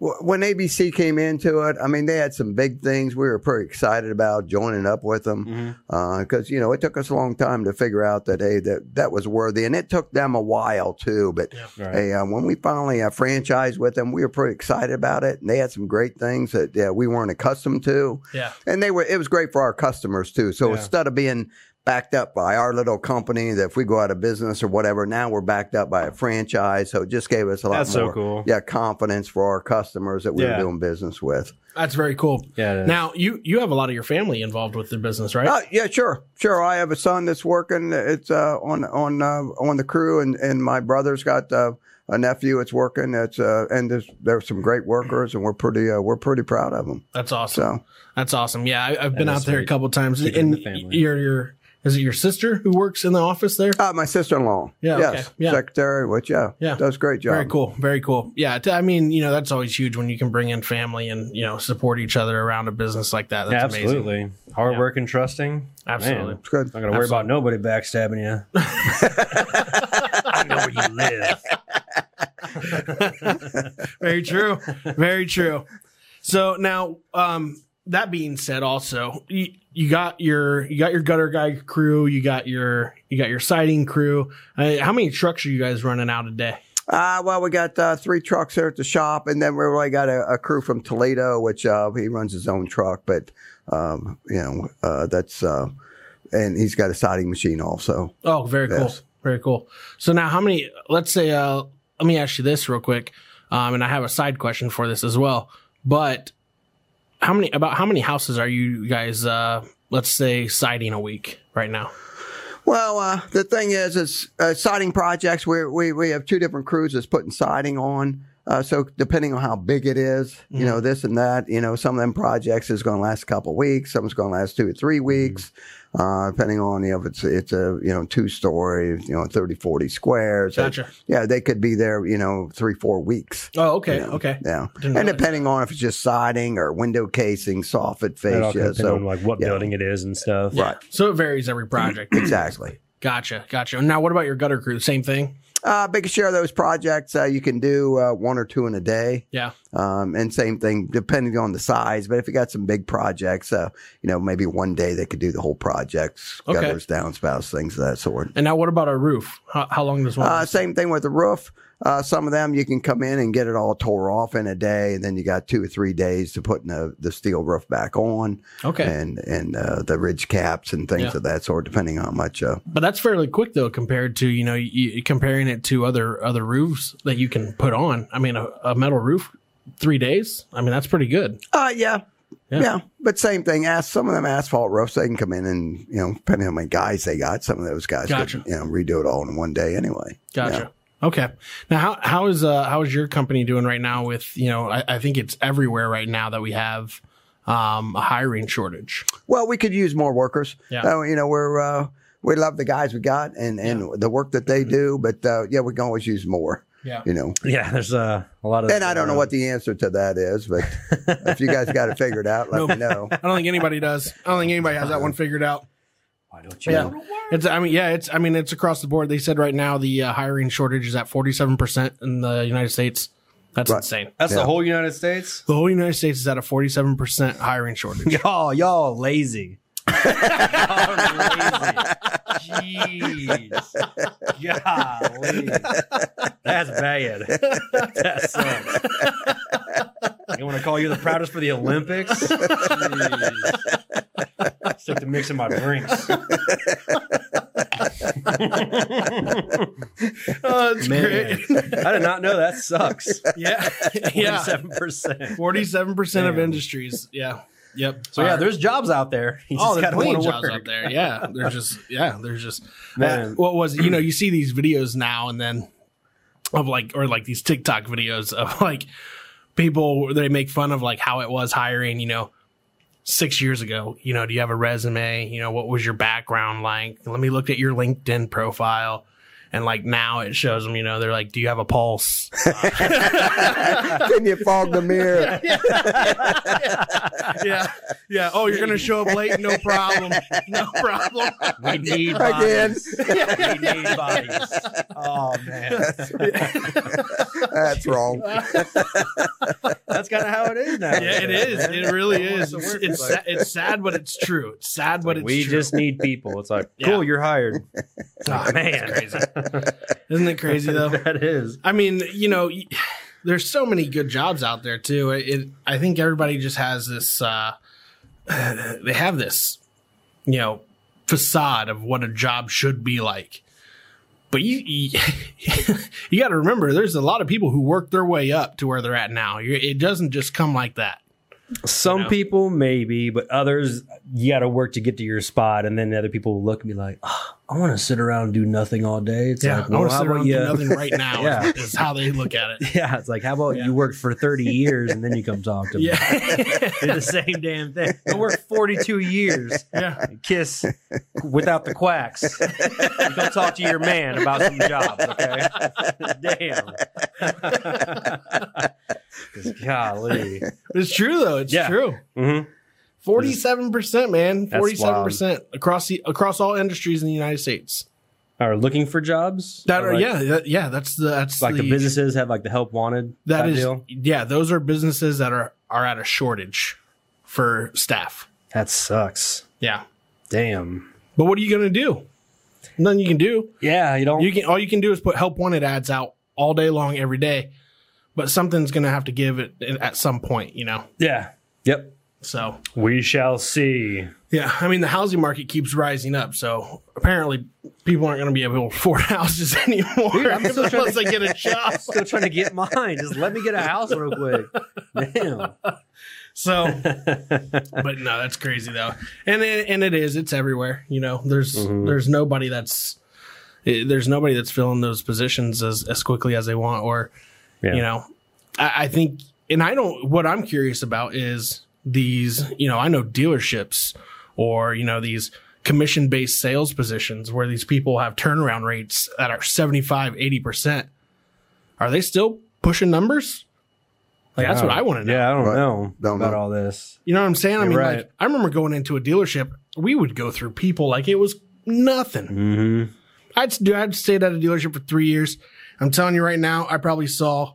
Speaker 3: w- when ABC came into it, I mean, they had some big things we were pretty excited about joining up with them because
Speaker 2: Mm-hmm.
Speaker 3: you know it took us a long time to figure out that hey that that was worthy, and it took them a while too. But
Speaker 2: Right.
Speaker 3: hey, uh, when we finally uh, franchised with them, we were pretty excited about it, and they had some great things that yeah, we weren't accustomed to
Speaker 1: yeah,
Speaker 3: and they were it was great for our customers too so
Speaker 2: Yeah.
Speaker 3: instead of being backed up by our little company that if we go out of business or whatever now we're backed up by a franchise so it just gave us a lot
Speaker 2: That's so
Speaker 3: more
Speaker 2: cool.
Speaker 3: yeah confidence for our customers that we
Speaker 2: Yeah.
Speaker 3: were doing business with
Speaker 1: that's very cool.
Speaker 2: Yeah, it is.
Speaker 1: Now you you have a lot of your family involved with the business, right?
Speaker 3: Uh, yeah, sure, sure. I have a son that's working. It's uh, on on uh, on the crew, and, and my brother's got uh, a nephew that's working. That's uh, and there's, there's some great workers, and we're pretty uh, we're pretty proud of them.
Speaker 1: that's awesome.
Speaker 3: So
Speaker 1: That's awesome. Yeah, I, I've been
Speaker 2: is
Speaker 1: out there a
Speaker 2: sweet.
Speaker 1: couple times,
Speaker 2: Keep it in
Speaker 1: and
Speaker 2: the family.
Speaker 1: your your Is it your sister who works in the office there?
Speaker 3: Uh, my sister in law.
Speaker 1: Yeah,
Speaker 3: Yes.
Speaker 1: okay. Yeah.
Speaker 3: Secretary, which, yeah.
Speaker 1: Yeah.
Speaker 3: Does a great job.
Speaker 1: Very cool. Very cool. Yeah. t- I mean, you know, that's always huge when you can bring in family and, you know, support each other around a business like that. That's
Speaker 2: Yeah,
Speaker 1: amazing.
Speaker 2: absolutely. Hard
Speaker 1: Yeah.
Speaker 2: work and trusting.
Speaker 1: Absolutely.
Speaker 2: Man,
Speaker 3: It's good.
Speaker 2: not gonna worry about nobody backstabbing you. I know where you live.
Speaker 1: Very true. Very true. So now, um, that being said, also you, you got your you got your gutter guy crew, you got your you got your siding crew. Uh, how many trucks are you guys running out a day?
Speaker 3: Uh, well, we got uh, three trucks here at the shop, and then we really got a, a crew from Toledo, which uh, he runs his own truck, but um, you know uh, that's uh, and he's got a siding machine also.
Speaker 1: Oh, very cool.
Speaker 3: Yes.
Speaker 1: Very cool. So now how many let's say uh let me ask you this real quick. Um and I have a side question for this as well. But how many about how many houses are you guys uh let's say siding a week right now?
Speaker 3: Well, uh, the thing is, is uh, siding projects. We we we have two different crews that's putting siding on. Uh, so depending on how big it is, you know, this and that, you know, some of them projects is going to last a couple weeks. Some's going to last two or three weeks, uh, depending on, you know, if it's, it's a, you know, two story, you know, 30, 40 squares. So,
Speaker 1: Gotcha.
Speaker 3: yeah, they could be there, you know, three, four weeks.
Speaker 1: Oh, okay,
Speaker 3: Yeah.
Speaker 1: okay.
Speaker 3: Yeah.
Speaker 1: Didn't
Speaker 3: and
Speaker 1: realize
Speaker 3: depending on if it's just siding or window casing, soffit
Speaker 2: It all
Speaker 3: fascia.
Speaker 2: depends on
Speaker 3: So,
Speaker 2: like what
Speaker 3: yeah.
Speaker 2: building it is and stuff.
Speaker 1: Right. So it varies every project.
Speaker 3: exactly.
Speaker 1: Gotcha, gotcha. Now, what about your gutter crew? Same thing.
Speaker 3: Uh, biggest share of those projects, uh, you can do uh, one or two in a day.
Speaker 1: Yeah.
Speaker 3: Um, and same thing, depending on the size. But if you got some big projects, uh, you know, maybe one day they could do the whole project,
Speaker 1: Okay.
Speaker 3: gutters, downspouts, things of that sort.
Speaker 1: And now, what about a roof? How, how long does one?
Speaker 3: Uh, same thing with the roof. Uh, some of them you can come in and get it all tore off in a day, and then you got two or three days to putting the, the steel roof back on,
Speaker 1: okay,
Speaker 3: and and uh, the ridge caps and things
Speaker 1: Yeah.
Speaker 3: of that sort, depending on how much. Uh,
Speaker 1: but that's fairly quick though, compared to you know you, comparing it to other other roofs that you can put on. I mean, a, a metal roof, three days. I mean, that's pretty good.
Speaker 3: Uh, yeah.
Speaker 1: Yeah.
Speaker 3: Yeah. but same thing. As some of them asphalt roofs, they can come in and you know, depending on how many guys they got, some of those guys
Speaker 1: Gotcha.
Speaker 3: could you know redo it all in one day anyway.
Speaker 1: Gotcha. Okay. Now, how how is uh how is your company doing right now? With you know, I, I think it's everywhere right now that we have um a hiring shortage.
Speaker 3: Well, we could use more workers.
Speaker 1: Yeah.
Speaker 3: Uh, you know, we're uh, we love the guys we got and and the work that they do, but uh, yeah, we can always use more.
Speaker 1: Mm-hmm. Yeah.
Speaker 3: You know,
Speaker 2: Yeah, there's uh, a lot of.
Speaker 3: and I don't know what the answer to that is, but if you guys got it figured out, let me know.
Speaker 1: I don't think anybody does. I don't think anybody has that one figured out.
Speaker 2: Why don't you?
Speaker 1: Yeah. It's I mean yeah, it's I mean it's across the board. They said right now the uh, hiring shortage is at 47% in the United States. That's
Speaker 3: Right.
Speaker 1: insane.
Speaker 2: That's the
Speaker 3: Yeah.
Speaker 2: whole United States.
Speaker 1: The whole United States is at a 47% hiring shortage.
Speaker 2: Y'all, y'all lazy. y'all lazy. Jeez. Golly. That's bad. That sucks. You want to call you the proudest for the Olympics? Jeez. Stick to mixing my drinks.
Speaker 1: oh, that's
Speaker 2: Man, I did not know that sucks.
Speaker 1: Yeah. yeah.
Speaker 2: 47%.
Speaker 1: 47% of
Speaker 2: Damn.
Speaker 1: industries. Yeah. Yep.
Speaker 2: So yeah,
Speaker 1: Are-
Speaker 2: there's jobs out there. You
Speaker 1: Oh, there's
Speaker 2: gotta
Speaker 1: plenty of
Speaker 2: wanna
Speaker 1: jobs
Speaker 2: work.
Speaker 1: out there. Yeah, there's just yeah, there's just uh,
Speaker 2: Man.
Speaker 1: what was it? You know, you see these videos now and then of like or like these TikTok videos of like people they make fun of like how it was hiring. You know, six years ago. You know, do you have a resume? You know, what was your background like? Let me look at your LinkedIn profile. And like now it shows them, you know, they're like, do you have a pulse?
Speaker 3: Can you fog the mirror?
Speaker 1: yeah. Yeah. Oh, you're going to show up late? No problem. No problem.
Speaker 2: We need
Speaker 3: Again.
Speaker 2: bodies. we need bodies. Oh man,
Speaker 3: That's wrong.
Speaker 2: that's kind of how it is now.
Speaker 1: Yeah, it is. It really is. It's
Speaker 2: It's the worst,
Speaker 1: it's, sa-
Speaker 2: like-
Speaker 1: it's sad, but it's true. It's sad, but it's
Speaker 2: we
Speaker 1: true.
Speaker 2: just need people. It's like,
Speaker 1: Yeah.
Speaker 2: cool, you're hired.
Speaker 1: Ah, man, it's crazy. Isn't it crazy though?
Speaker 2: that is.
Speaker 1: I mean, you know, y- there's so many good jobs out there too. It, it I think everybody just has this. Uh, they have this, you know, facade of what a job should be like. But you, you, you got to remember, there's a lot of people who work their way up to where they're at now. You- It doesn't just come like that.
Speaker 2: Some
Speaker 1: You know?
Speaker 2: people maybe, but others you got to work to get to your spot, and then other people will look and be like, "Ah, "I want to sit around and do nothing all day." It's
Speaker 1: Yeah,
Speaker 2: like,
Speaker 1: I
Speaker 2: well,
Speaker 1: want to
Speaker 2: how
Speaker 1: sit around
Speaker 2: about
Speaker 1: and
Speaker 2: you?
Speaker 1: do nothing right now.
Speaker 2: Yeah.
Speaker 1: is, is how they look at it.
Speaker 2: Yeah, it's like, how about
Speaker 1: Yeah.
Speaker 2: you work for thirty years and then you come talk to me?
Speaker 1: Yeah,
Speaker 2: Do the same damn thing. I worked forty-two years.
Speaker 1: yeah.
Speaker 2: Kiss without the quacks. Go talk to your man about some jobs, okay? Damn. golly.
Speaker 1: It's true though. It's
Speaker 2: Yeah.
Speaker 1: true.
Speaker 2: Mm-hmm.
Speaker 1: Forty-seven percent, man.
Speaker 2: That's
Speaker 1: Forty-seven percent across the, across all industries in the United States.
Speaker 2: Are looking for jobs?
Speaker 1: That
Speaker 2: Or
Speaker 1: are
Speaker 2: like,
Speaker 1: yeah, that, yeah. That's the that's
Speaker 2: Like the, businesses have like the help wanted.
Speaker 1: That
Speaker 2: type
Speaker 1: is
Speaker 2: deal?
Speaker 1: yeah. Those are businesses that are are at a shortage for staff.
Speaker 2: that sucks.
Speaker 1: Yeah,
Speaker 2: Damn.
Speaker 1: but what are you gonna do? Nothing you can do.
Speaker 2: Yeah, you don't.
Speaker 1: You can all you can do is put help wanted ads out all day long every day, but something's gonna have to give it at some point, you know.
Speaker 2: yeah. Yep.
Speaker 1: So
Speaker 2: We shall see.
Speaker 1: yeah, I mean the housing market keeps rising up, so apparently people aren't gonna be able to afford houses anymore unless they get a job.
Speaker 2: Still trying to get mine. Just let me get a house real quick. Damn.
Speaker 1: So, but no, that's crazy though, and it, and it is. It's everywhere. You know, there's
Speaker 2: Mm-hmm.
Speaker 1: there's nobody that's eh, there's nobody that's filling those positions as as quickly as they want, or
Speaker 2: Yeah.
Speaker 1: you know, I, I think, and I don't. What I'm curious about is these. You know, I know dealerships or you know these commission based sales positions where these people have turnaround rates that are 75 80% are they still pushing numbers like that's what i want to know
Speaker 2: Yeah, I don't
Speaker 3: Right.
Speaker 2: know
Speaker 3: Don't
Speaker 2: about
Speaker 3: know.
Speaker 2: all this.
Speaker 1: you know what I'm saying? I
Speaker 2: You're
Speaker 1: mean,
Speaker 2: right.
Speaker 1: like, I remember going into a dealership, we would go through people like it was nothing.
Speaker 2: Mm-hmm.
Speaker 1: I'd do, I'd stayed at a dealership for three years. I'm telling you right now, I probably saw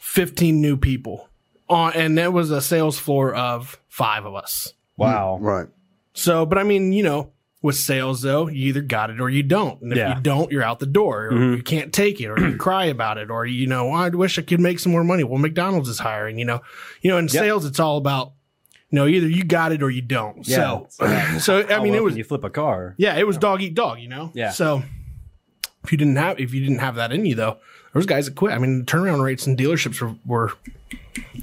Speaker 1: 15 new people on, and that was a sales floor of five of us.
Speaker 2: Wow.
Speaker 3: Right.
Speaker 1: So, but I mean, you know, with sales though, you either got it or you don't. And if
Speaker 2: Yeah.
Speaker 1: you don't, you're out the door or
Speaker 2: Mhm.
Speaker 1: you can't take it or you cry about it or, you know, "Oh, I wish I could make some more money. Well, McDonald's is hiring, you know, you know, in sales, it's all about, you know, either you got it or you don't.
Speaker 2: Yeah.
Speaker 1: So, so I
Speaker 2: How
Speaker 1: mean, it
Speaker 2: often
Speaker 1: was,
Speaker 2: you flip a car.
Speaker 1: yeah, it was dog eat dog, you know?
Speaker 2: Yeah.
Speaker 1: So if you didn't have, if you didn't have that in you though, there was guys that quit. I mean, the turnaround rates in dealerships were, were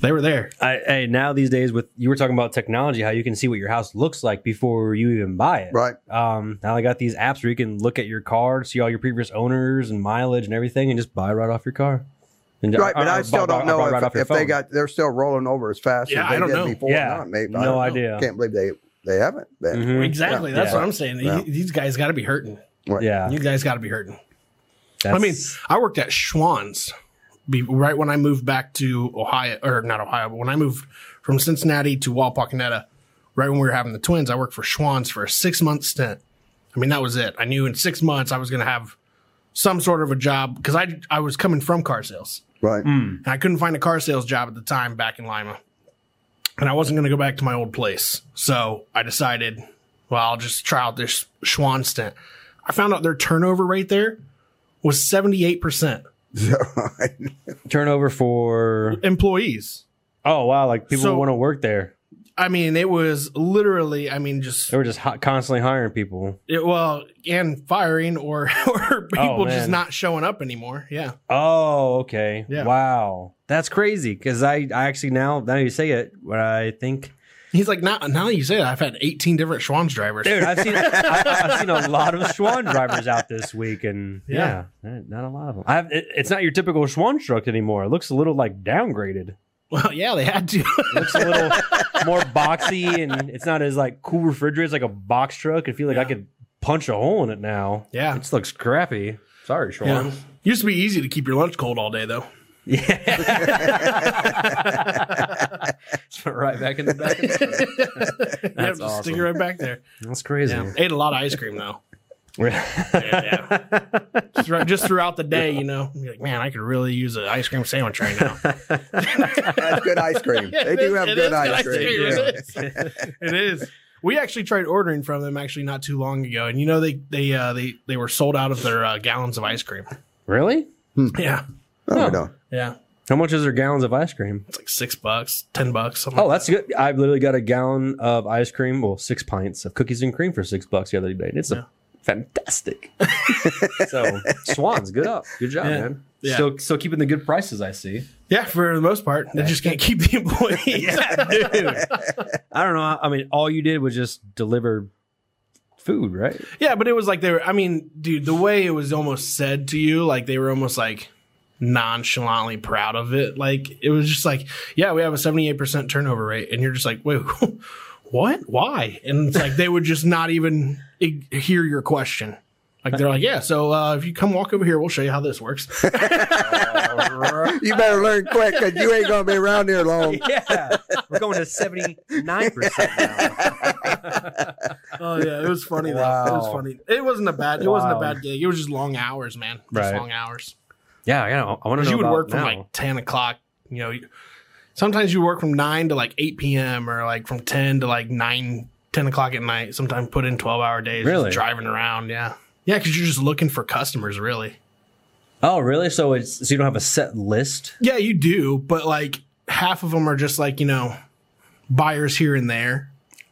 Speaker 1: they were there.
Speaker 2: I, hey, now these days with you were talking about technology, how you can see what your house looks like before you even buy it.
Speaker 3: Right.
Speaker 2: Um, now they got these apps where you can look at your car, see all your previous owners and mileage and everything, and just buy right off your car. And-
Speaker 3: Right.
Speaker 2: or-
Speaker 3: But I
Speaker 2: or
Speaker 3: still
Speaker 2: buy- buy
Speaker 3: don't know
Speaker 2: right
Speaker 3: if,
Speaker 2: off your
Speaker 3: if they
Speaker 2: phone.
Speaker 3: got they're still rolling over as fast
Speaker 1: Yeah,
Speaker 3: as
Speaker 1: I
Speaker 3: they
Speaker 1: don't
Speaker 3: did
Speaker 1: know.
Speaker 3: before. or
Speaker 2: Yeah.
Speaker 3: Not, maybe. I
Speaker 2: No
Speaker 3: don't know.
Speaker 2: idea.
Speaker 3: Can't believe they they haven't been.
Speaker 2: Mhm.
Speaker 1: Exactly.
Speaker 3: Yeah.
Speaker 1: That's
Speaker 2: Yeah.
Speaker 1: what I'm saying.
Speaker 3: Yeah.
Speaker 1: These guys got to be hurting.
Speaker 3: Right.
Speaker 2: Yeah.
Speaker 1: You guys got to be hurting. I
Speaker 2: That's-
Speaker 1: mean, I worked at Schwann's be, right when I moved back to Ohio, or not Ohio, but when I moved from Cincinnati to Wapakoneta, right when we were having the twins, I worked for Schwann's for a six month stint. I mean, that was it. I knew in six months I was going to have some sort of a job because I, I was coming from car sales
Speaker 3: Right.
Speaker 1: and I couldn't find a car sales job at the time back in Lima. And I wasn't going to go back to my old place. So I decided, well, I'll just try out this Schwann stint. I found out their turnover rate there was 78%
Speaker 2: turnover for
Speaker 1: employees.
Speaker 2: oh wow, like people
Speaker 1: So-
Speaker 2: want to work there.
Speaker 1: I mean, it was literally, I mean, just,
Speaker 2: They were just hot, constantly hiring people.
Speaker 1: it, well, and firing or, or people just
Speaker 2: man.
Speaker 1: not showing up anymore. Yeah.
Speaker 2: Oh, okay.
Speaker 1: Yeah.
Speaker 2: Wow, that's crazy. Because I, I actually now now you say it, what I think
Speaker 1: He's like, now, now that you say that, I've had 18 different Schwann's drivers.
Speaker 2: Dude, I've seen I, I've seen a lot of Schwann drivers out this week, and
Speaker 1: Yeah.
Speaker 2: yeah, not- not a lot of them. I have, it, it's not your typical Schwann truck anymore. It looks a little like downgraded.
Speaker 1: Well, yeah, they had to.
Speaker 2: It looks a little more boxy, and it's not as like cool refrigerated. It's like a box truck. I feel like I could punch a hole in it now.
Speaker 1: Yeah.
Speaker 2: it just looks crappy. Sorry,
Speaker 1: yeah.
Speaker 2: Schwann.
Speaker 1: Used to be easy to keep your lunch cold all day, though.
Speaker 2: Yeah, Just put it right back in the back. Of the truck.
Speaker 1: That's yep,
Speaker 2: That's
Speaker 1: just stick it
Speaker 2: awesome.
Speaker 1: right back there.
Speaker 2: That's crazy.
Speaker 1: Yeah. Ate a lot of ice cream though. Throughout- just throughout the day, you know. You're like, man, I could really use an ice cream sandwich right now.
Speaker 3: That's good ice cream. They
Speaker 1: It
Speaker 3: do
Speaker 1: is-
Speaker 3: have
Speaker 1: it is
Speaker 3: good ice cream.
Speaker 1: It is. It is. We actually tried ordering from them actually not too long ago, and you know they they uh, they they were sold out of their uh, gallons of ice cream.
Speaker 2: Really?
Speaker 1: Yeah,
Speaker 3: No, we don't.
Speaker 1: yeah.
Speaker 2: How much is their gallons of ice cream?
Speaker 1: It's like six bucks, ten bucks. Something
Speaker 2: Oh, that's good. I've literally got a gallon of ice cream, well, six pints of cookies and cream for six bucks the other day. It's a fantastic. so Swans, good up, good job,
Speaker 1: Yeah.
Speaker 2: man.
Speaker 1: Yeah.
Speaker 2: Still, still keeping the good prices. I see.
Speaker 1: Yeah, for the most part, they just can't keep the employees.
Speaker 2: dude. I don't know. I mean, all you did was just deliver food, right?
Speaker 1: Yeah, but it was like they were. I mean, dude, the way it was almost said to you, like they were almost like nonchalantly proud of it. Like it was just like, yeah, we have a seventy-eight percent turnover rate, and you're just like, wait, what? Why? And it's like they would just not even ig- hear your question. Like they're like, yeah, so uh, if you come walk over here, we'll show you how this works.
Speaker 3: You better learn quick because you ain't going to be around here long.
Speaker 2: yeah, we're going to seventy nine percent now.
Speaker 1: oh yeah, it was funny though. It was
Speaker 2: Wow.
Speaker 1: funny. It wasn't a bad. It wasn't a
Speaker 2: Wow.
Speaker 1: bad gig. It was just long hours, man. Just
Speaker 2: Right.
Speaker 1: long hours.
Speaker 2: Yeah, I, know. I want to know.
Speaker 1: Because you would
Speaker 2: about
Speaker 1: work from
Speaker 2: now.
Speaker 1: like 10 o'clock you know you- sometimes you work from 9 to like 8 p.m or like from 10 to like 9 10 o'clock at night sometimes put in 12 hour days just
Speaker 2: Really?
Speaker 1: driving around yeah yeah because you're just looking for customers really
Speaker 2: Oh, really? So it's so you don't have a set list.
Speaker 1: yeah you do but like half of them are just like you know buyers here and there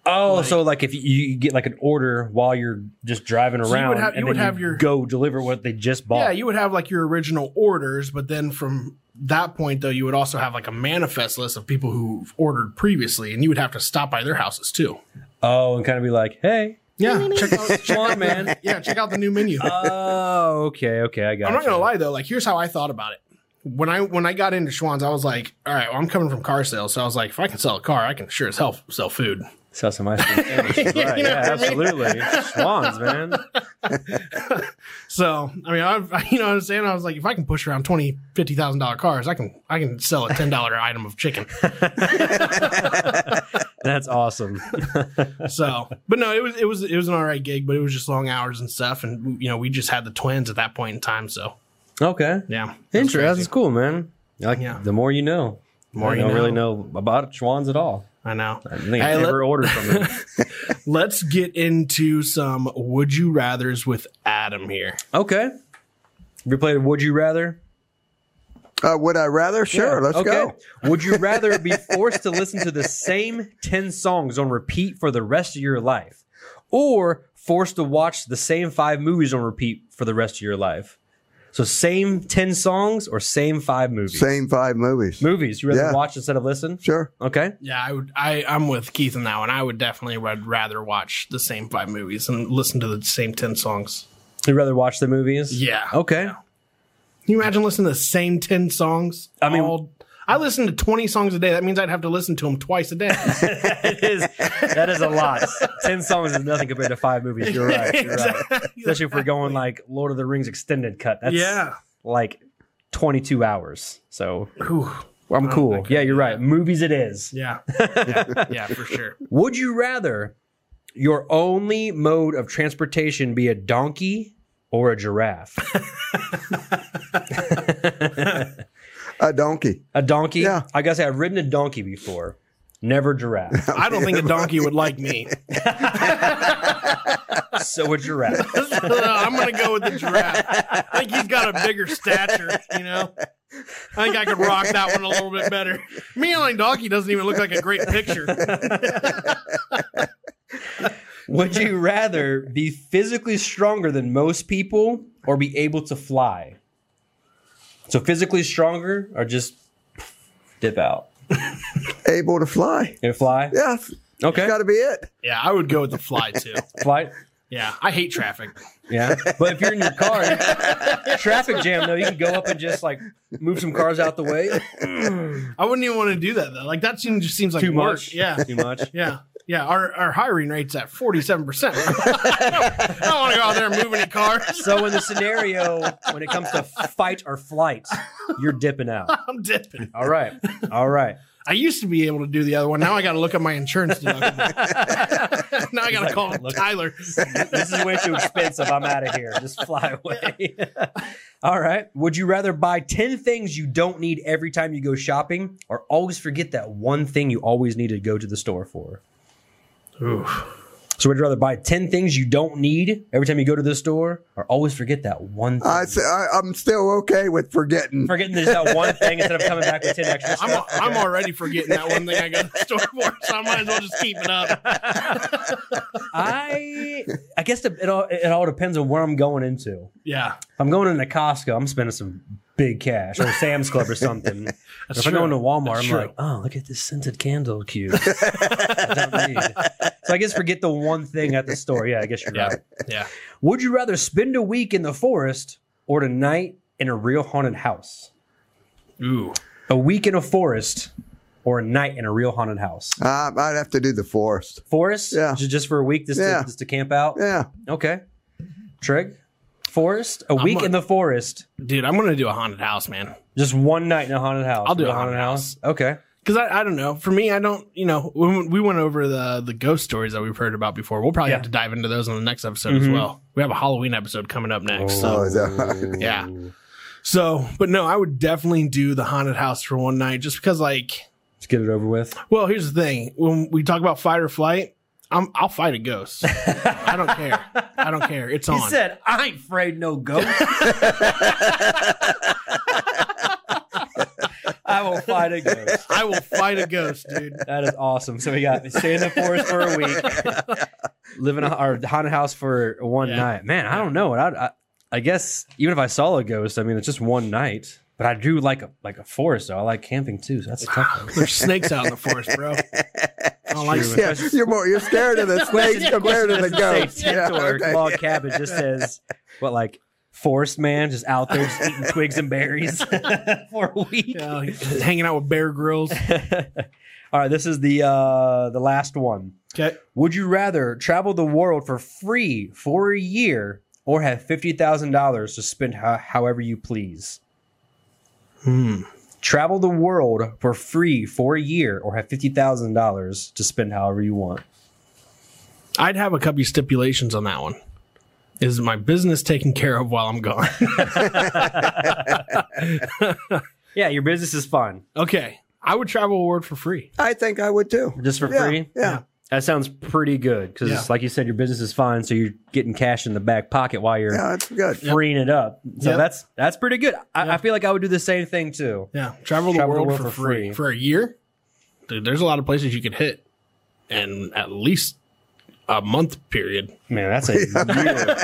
Speaker 2: Oh, so like if you, you get like an order while you're just driving
Speaker 1: you would
Speaker 2: around,
Speaker 1: have- you
Speaker 2: and then
Speaker 1: would have your-
Speaker 2: go deliver what they just bought.
Speaker 1: yeah you would have like your original orders but then from that point though you would also have like a manifest list of people who've ordered previously and you would have to stop by their houses too
Speaker 2: oh, and kind of be like, hey,
Speaker 1: yeah check out
Speaker 2: come on, man.
Speaker 1: yeah check out the new menu
Speaker 2: Oh, okay, okay, I got.
Speaker 1: I'm not gonna lie though. Like, here's how I thought about it. When I when I got into Schwann's, I was like, all right, well, I'm coming from car sales, so I was like, if I can sell a car, I can sure as hell sell food.
Speaker 2: Sell some ice cream. sandwiches, right,
Speaker 1: You know what
Speaker 2: yeah,
Speaker 1: I mean?
Speaker 2: absolutely. Swans, man.
Speaker 1: So I mean, I've, you know what I'm saying? I was like, if I can push around twenty fifty thousand dollar cars, I can I can sell a ten dollar item of chicken.
Speaker 2: That's awesome.
Speaker 1: So, but no, it was it was it was an all right gig, but it was just long hours and stuff, and you know we just had the twins at that point in time, so
Speaker 2: Okay.
Speaker 1: yeah, That's
Speaker 2: Interesting.
Speaker 1: crazy.
Speaker 2: That's cool, man. Like
Speaker 1: Yeah.
Speaker 2: the more you know.
Speaker 1: more
Speaker 2: I
Speaker 1: you
Speaker 2: don't
Speaker 1: know.
Speaker 2: really know about Schwans at all.
Speaker 1: I know.
Speaker 2: I think
Speaker 1: Hey,
Speaker 2: I've
Speaker 1: let-
Speaker 2: never ordered from them.
Speaker 1: Let's get into some would you rather's with Adam here.
Speaker 2: okay. Have you played Would You Rather?
Speaker 3: Uh, would I rather? Sure,
Speaker 2: Yeah,
Speaker 3: let's go.
Speaker 2: Would you rather be forced to listen to the same 10 songs on repeat for the rest of your life or forced to watch the same five movies on repeat for the rest of your life? So, same 10 songs or same five movies?
Speaker 3: Same five movies.
Speaker 2: Movies. You rather
Speaker 3: Yeah.
Speaker 2: watch instead of listen?
Speaker 3: Sure.
Speaker 2: Okay.
Speaker 1: Yeah, I would. I I'm with Keith on that one. I would definitely would rather watch the same five movies and listen to the same ten songs.
Speaker 2: You'd rather watch the movies?
Speaker 1: Yeah.
Speaker 2: Okay.
Speaker 1: Can you imagine listening to the same ten songs?
Speaker 2: I mean-
Speaker 1: I listen to twenty songs a day. That means I'd have to listen to them twice a day.
Speaker 2: it is, that is a lot. 10 songs is nothing compared to five movies. You're right. You're right. Especially if we're going like Lord of the Rings extended cut. That's
Speaker 1: yeah.
Speaker 2: like 22 hours. So
Speaker 1: Whew.
Speaker 2: I'm cool.
Speaker 1: okay.
Speaker 2: Yeah, you're right. Movies it is.
Speaker 1: Yeah. Yeah. Yeah. For sure.
Speaker 2: Would you rather your only mode of transportation be a donkey or a giraffe?
Speaker 3: A donkey.
Speaker 2: a donkey?
Speaker 3: Yeah.
Speaker 2: I gotta say I've ridden a donkey before. Never giraffe.
Speaker 1: I don't think a donkey would like me.
Speaker 2: so a giraffe.
Speaker 1: I'm gonna go with the giraffe. I think he's got a bigger stature, you know. I think I could rock that one a little bit better. Meowing donkey doesn't even look like a great picture.
Speaker 2: Would you rather be physically stronger than most people or be able to fly? So physically stronger or just dip out
Speaker 3: Able to fly.
Speaker 2: and fly?
Speaker 3: Yeah, it's
Speaker 2: Okay.
Speaker 3: got to be it.
Speaker 1: Yeah, I would go with the fly too.
Speaker 2: Flight.
Speaker 1: Yeah, I hate traffic.
Speaker 2: Yeah. But if you're in your car, traffic jam though, you can go up and just like move some cars out the way.
Speaker 1: I wouldn't even want to do that though. Like that seems just seems like
Speaker 2: Too
Speaker 1: work.
Speaker 2: much.
Speaker 1: Yeah,
Speaker 2: Too much.
Speaker 1: yeah, yeah. Our our hiring rate's at forty seven percent. I don't want to go out there and move any cars.
Speaker 2: So in the scenario when it comes to fight or flight, you're dipping out.
Speaker 1: I'm dipping.
Speaker 2: All right. All right.
Speaker 1: I used to be able to do the other one. Now I got to look at my insurance deductible. now I got to call
Speaker 2: Look-
Speaker 1: Tyler.
Speaker 2: This is way too expensive. I'm out of here. Just fly away. All right. Would you rather buy 10 things you don't need every time you go shopping or always forget that one thing you always need to go to the store for? So would you rather buy 10 things you don't need every time you go to the store or always forget that one thing?
Speaker 3: I, say- I, am still okay with forgetting.
Speaker 2: Forgetting there's that one thing instead of coming back with 10 extra
Speaker 1: I'm,
Speaker 2: stuff.
Speaker 1: I'm already forgetting that one thing I go to the store for, so I might as well just keep it up.
Speaker 2: I I guess it all it all depends on where I'm going into.
Speaker 1: Yeah.
Speaker 2: If I'm going into Costco, I'm spending some Big Cash or Sam's Club or something.
Speaker 1: That's
Speaker 2: if
Speaker 1: true.
Speaker 2: I go into Walmart,
Speaker 1: That's
Speaker 2: I'm
Speaker 1: true.
Speaker 2: like, oh, look at this scented candle cube. I don't need. So I guess forget the one thing at the store. Yeah, I guess you're
Speaker 1: Yeah.
Speaker 2: right.
Speaker 1: Yeah.
Speaker 2: Would you rather spend a week in the forest or tonight in a real haunted house?
Speaker 1: Ooh.
Speaker 2: A week in a forest or a night in a real haunted house?
Speaker 3: Uh, I'd have to do the forest.
Speaker 2: Forest?
Speaker 3: Yeah.
Speaker 2: Ju- Just for a week, just,
Speaker 3: Yeah.
Speaker 2: to, just to camp out?
Speaker 3: Yeah.
Speaker 2: Okay. Trig? Forest? A
Speaker 1: I'm
Speaker 2: week
Speaker 1: a-
Speaker 2: in the forest.
Speaker 1: Dude, I'm gonna do a haunted house, man.
Speaker 2: Just one night in a haunted house.
Speaker 1: I'll do
Speaker 2: Real
Speaker 1: a haunted house.
Speaker 2: Okay.
Speaker 1: Because I, I don't know. For me, I don't. You know, we, we went over the the ghost stories that we've heard about before. We'll probably
Speaker 2: Yeah.
Speaker 1: have to dive into those on the next episode as
Speaker 2: Mhm.
Speaker 1: well. We have a Halloween episode coming up next. So
Speaker 3: Oh, is that-
Speaker 1: yeah. So, but no, I would definitely do the haunted house for one night, just because like
Speaker 2: Let's get it over with.
Speaker 1: Well, here's the thing: when we talk about fight or flight, I'm, I'll fight a ghost. I don't care. I don't care. It's on.
Speaker 2: said, I ain't afraid no ghost. I will fight a ghost.
Speaker 1: I will fight a ghost, dude.
Speaker 2: That is awesome. So we got stay in the forest for a week, live in a or haunted house for one
Speaker 1: Yeah.
Speaker 2: night. Man, I don't know. I, I I guess even if I saw a ghost, I mean it's just one night. But I do like a like a forest though. I like camping too, so that's a tough one.
Speaker 1: There's snakes out in the forest, bro. I don't like snakes.
Speaker 3: Yeah, you're more you're scared of the snakes compared to the ghosts. Yeah, okay.
Speaker 2: log cabin just says what like forest man just out there just eating twigs and berries for a week.
Speaker 1: Yeah, hanging out with bear grills.
Speaker 2: All right, this is the uh the last one.
Speaker 1: Okay.
Speaker 2: Would you rather travel the world for free for a year or have fifty thousand dollars to spend ho- however you please?
Speaker 1: Hmm.
Speaker 2: Travel the world for free for a year or have fifty thousand dollars to spend however you want.
Speaker 1: I'd have a couple stipulations on that one. Is my business taken care of while I'm gone?
Speaker 2: Yeah, your business is fun.
Speaker 1: okay. I would travel a world for free.
Speaker 3: I think I would too.
Speaker 2: Just for
Speaker 3: yeah,
Speaker 2: free?
Speaker 3: Yeah.
Speaker 2: That sounds pretty good because,
Speaker 1: Yeah.
Speaker 2: like you said, your business is fine, so you're getting cash in the back pocket while you're
Speaker 3: Yeah, that's good.
Speaker 2: freeing it up. So
Speaker 1: Yep.
Speaker 2: that's that's pretty good. I, I feel like I would do the same thing too.
Speaker 1: Yeah. Travel the
Speaker 2: Travel
Speaker 1: world, for, free. for a year. Dude, there's a lot of places you could hit, and at least a month period.
Speaker 2: Man, that's a year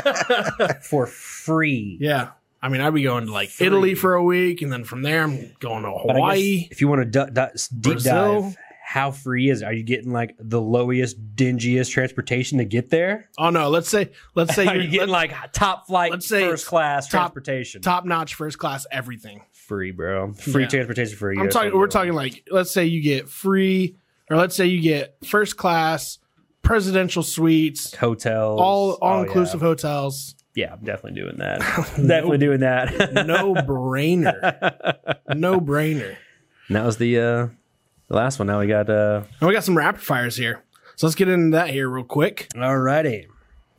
Speaker 2: for free.
Speaker 1: Yeah. I mean, I'd be going to like
Speaker 2: Three.
Speaker 1: Italy for a week, and then from there, I'm going to
Speaker 2: But I guess
Speaker 1: Hawaii.
Speaker 2: if you want to du- du- deep
Speaker 1: Brazil.
Speaker 2: dive, how free is it? Are you getting like the lowest, dingiest transportation to get there?
Speaker 1: Oh no, let's say let's say
Speaker 2: Are
Speaker 1: you're
Speaker 2: you getting like top flight,
Speaker 1: let's say
Speaker 2: first class
Speaker 1: top-
Speaker 2: transportation?
Speaker 1: top notch first class everything.
Speaker 2: free, bro. Free
Speaker 1: Yeah.
Speaker 2: transportation for a year.
Speaker 1: I'm talking. We're talking like let's say you get free, or let's say you get first class presidential suites,
Speaker 2: hotels,
Speaker 1: all all
Speaker 2: Oh, yeah.
Speaker 1: inclusive hotels.
Speaker 2: Yeah, I'm definitely doing that. definitely doing that.
Speaker 1: No brainer. no brainer.
Speaker 2: And that was the uh the last one. Now we got uh
Speaker 1: And we got some rapid fires here, so let's get into that here real quick.
Speaker 2: Alrighty.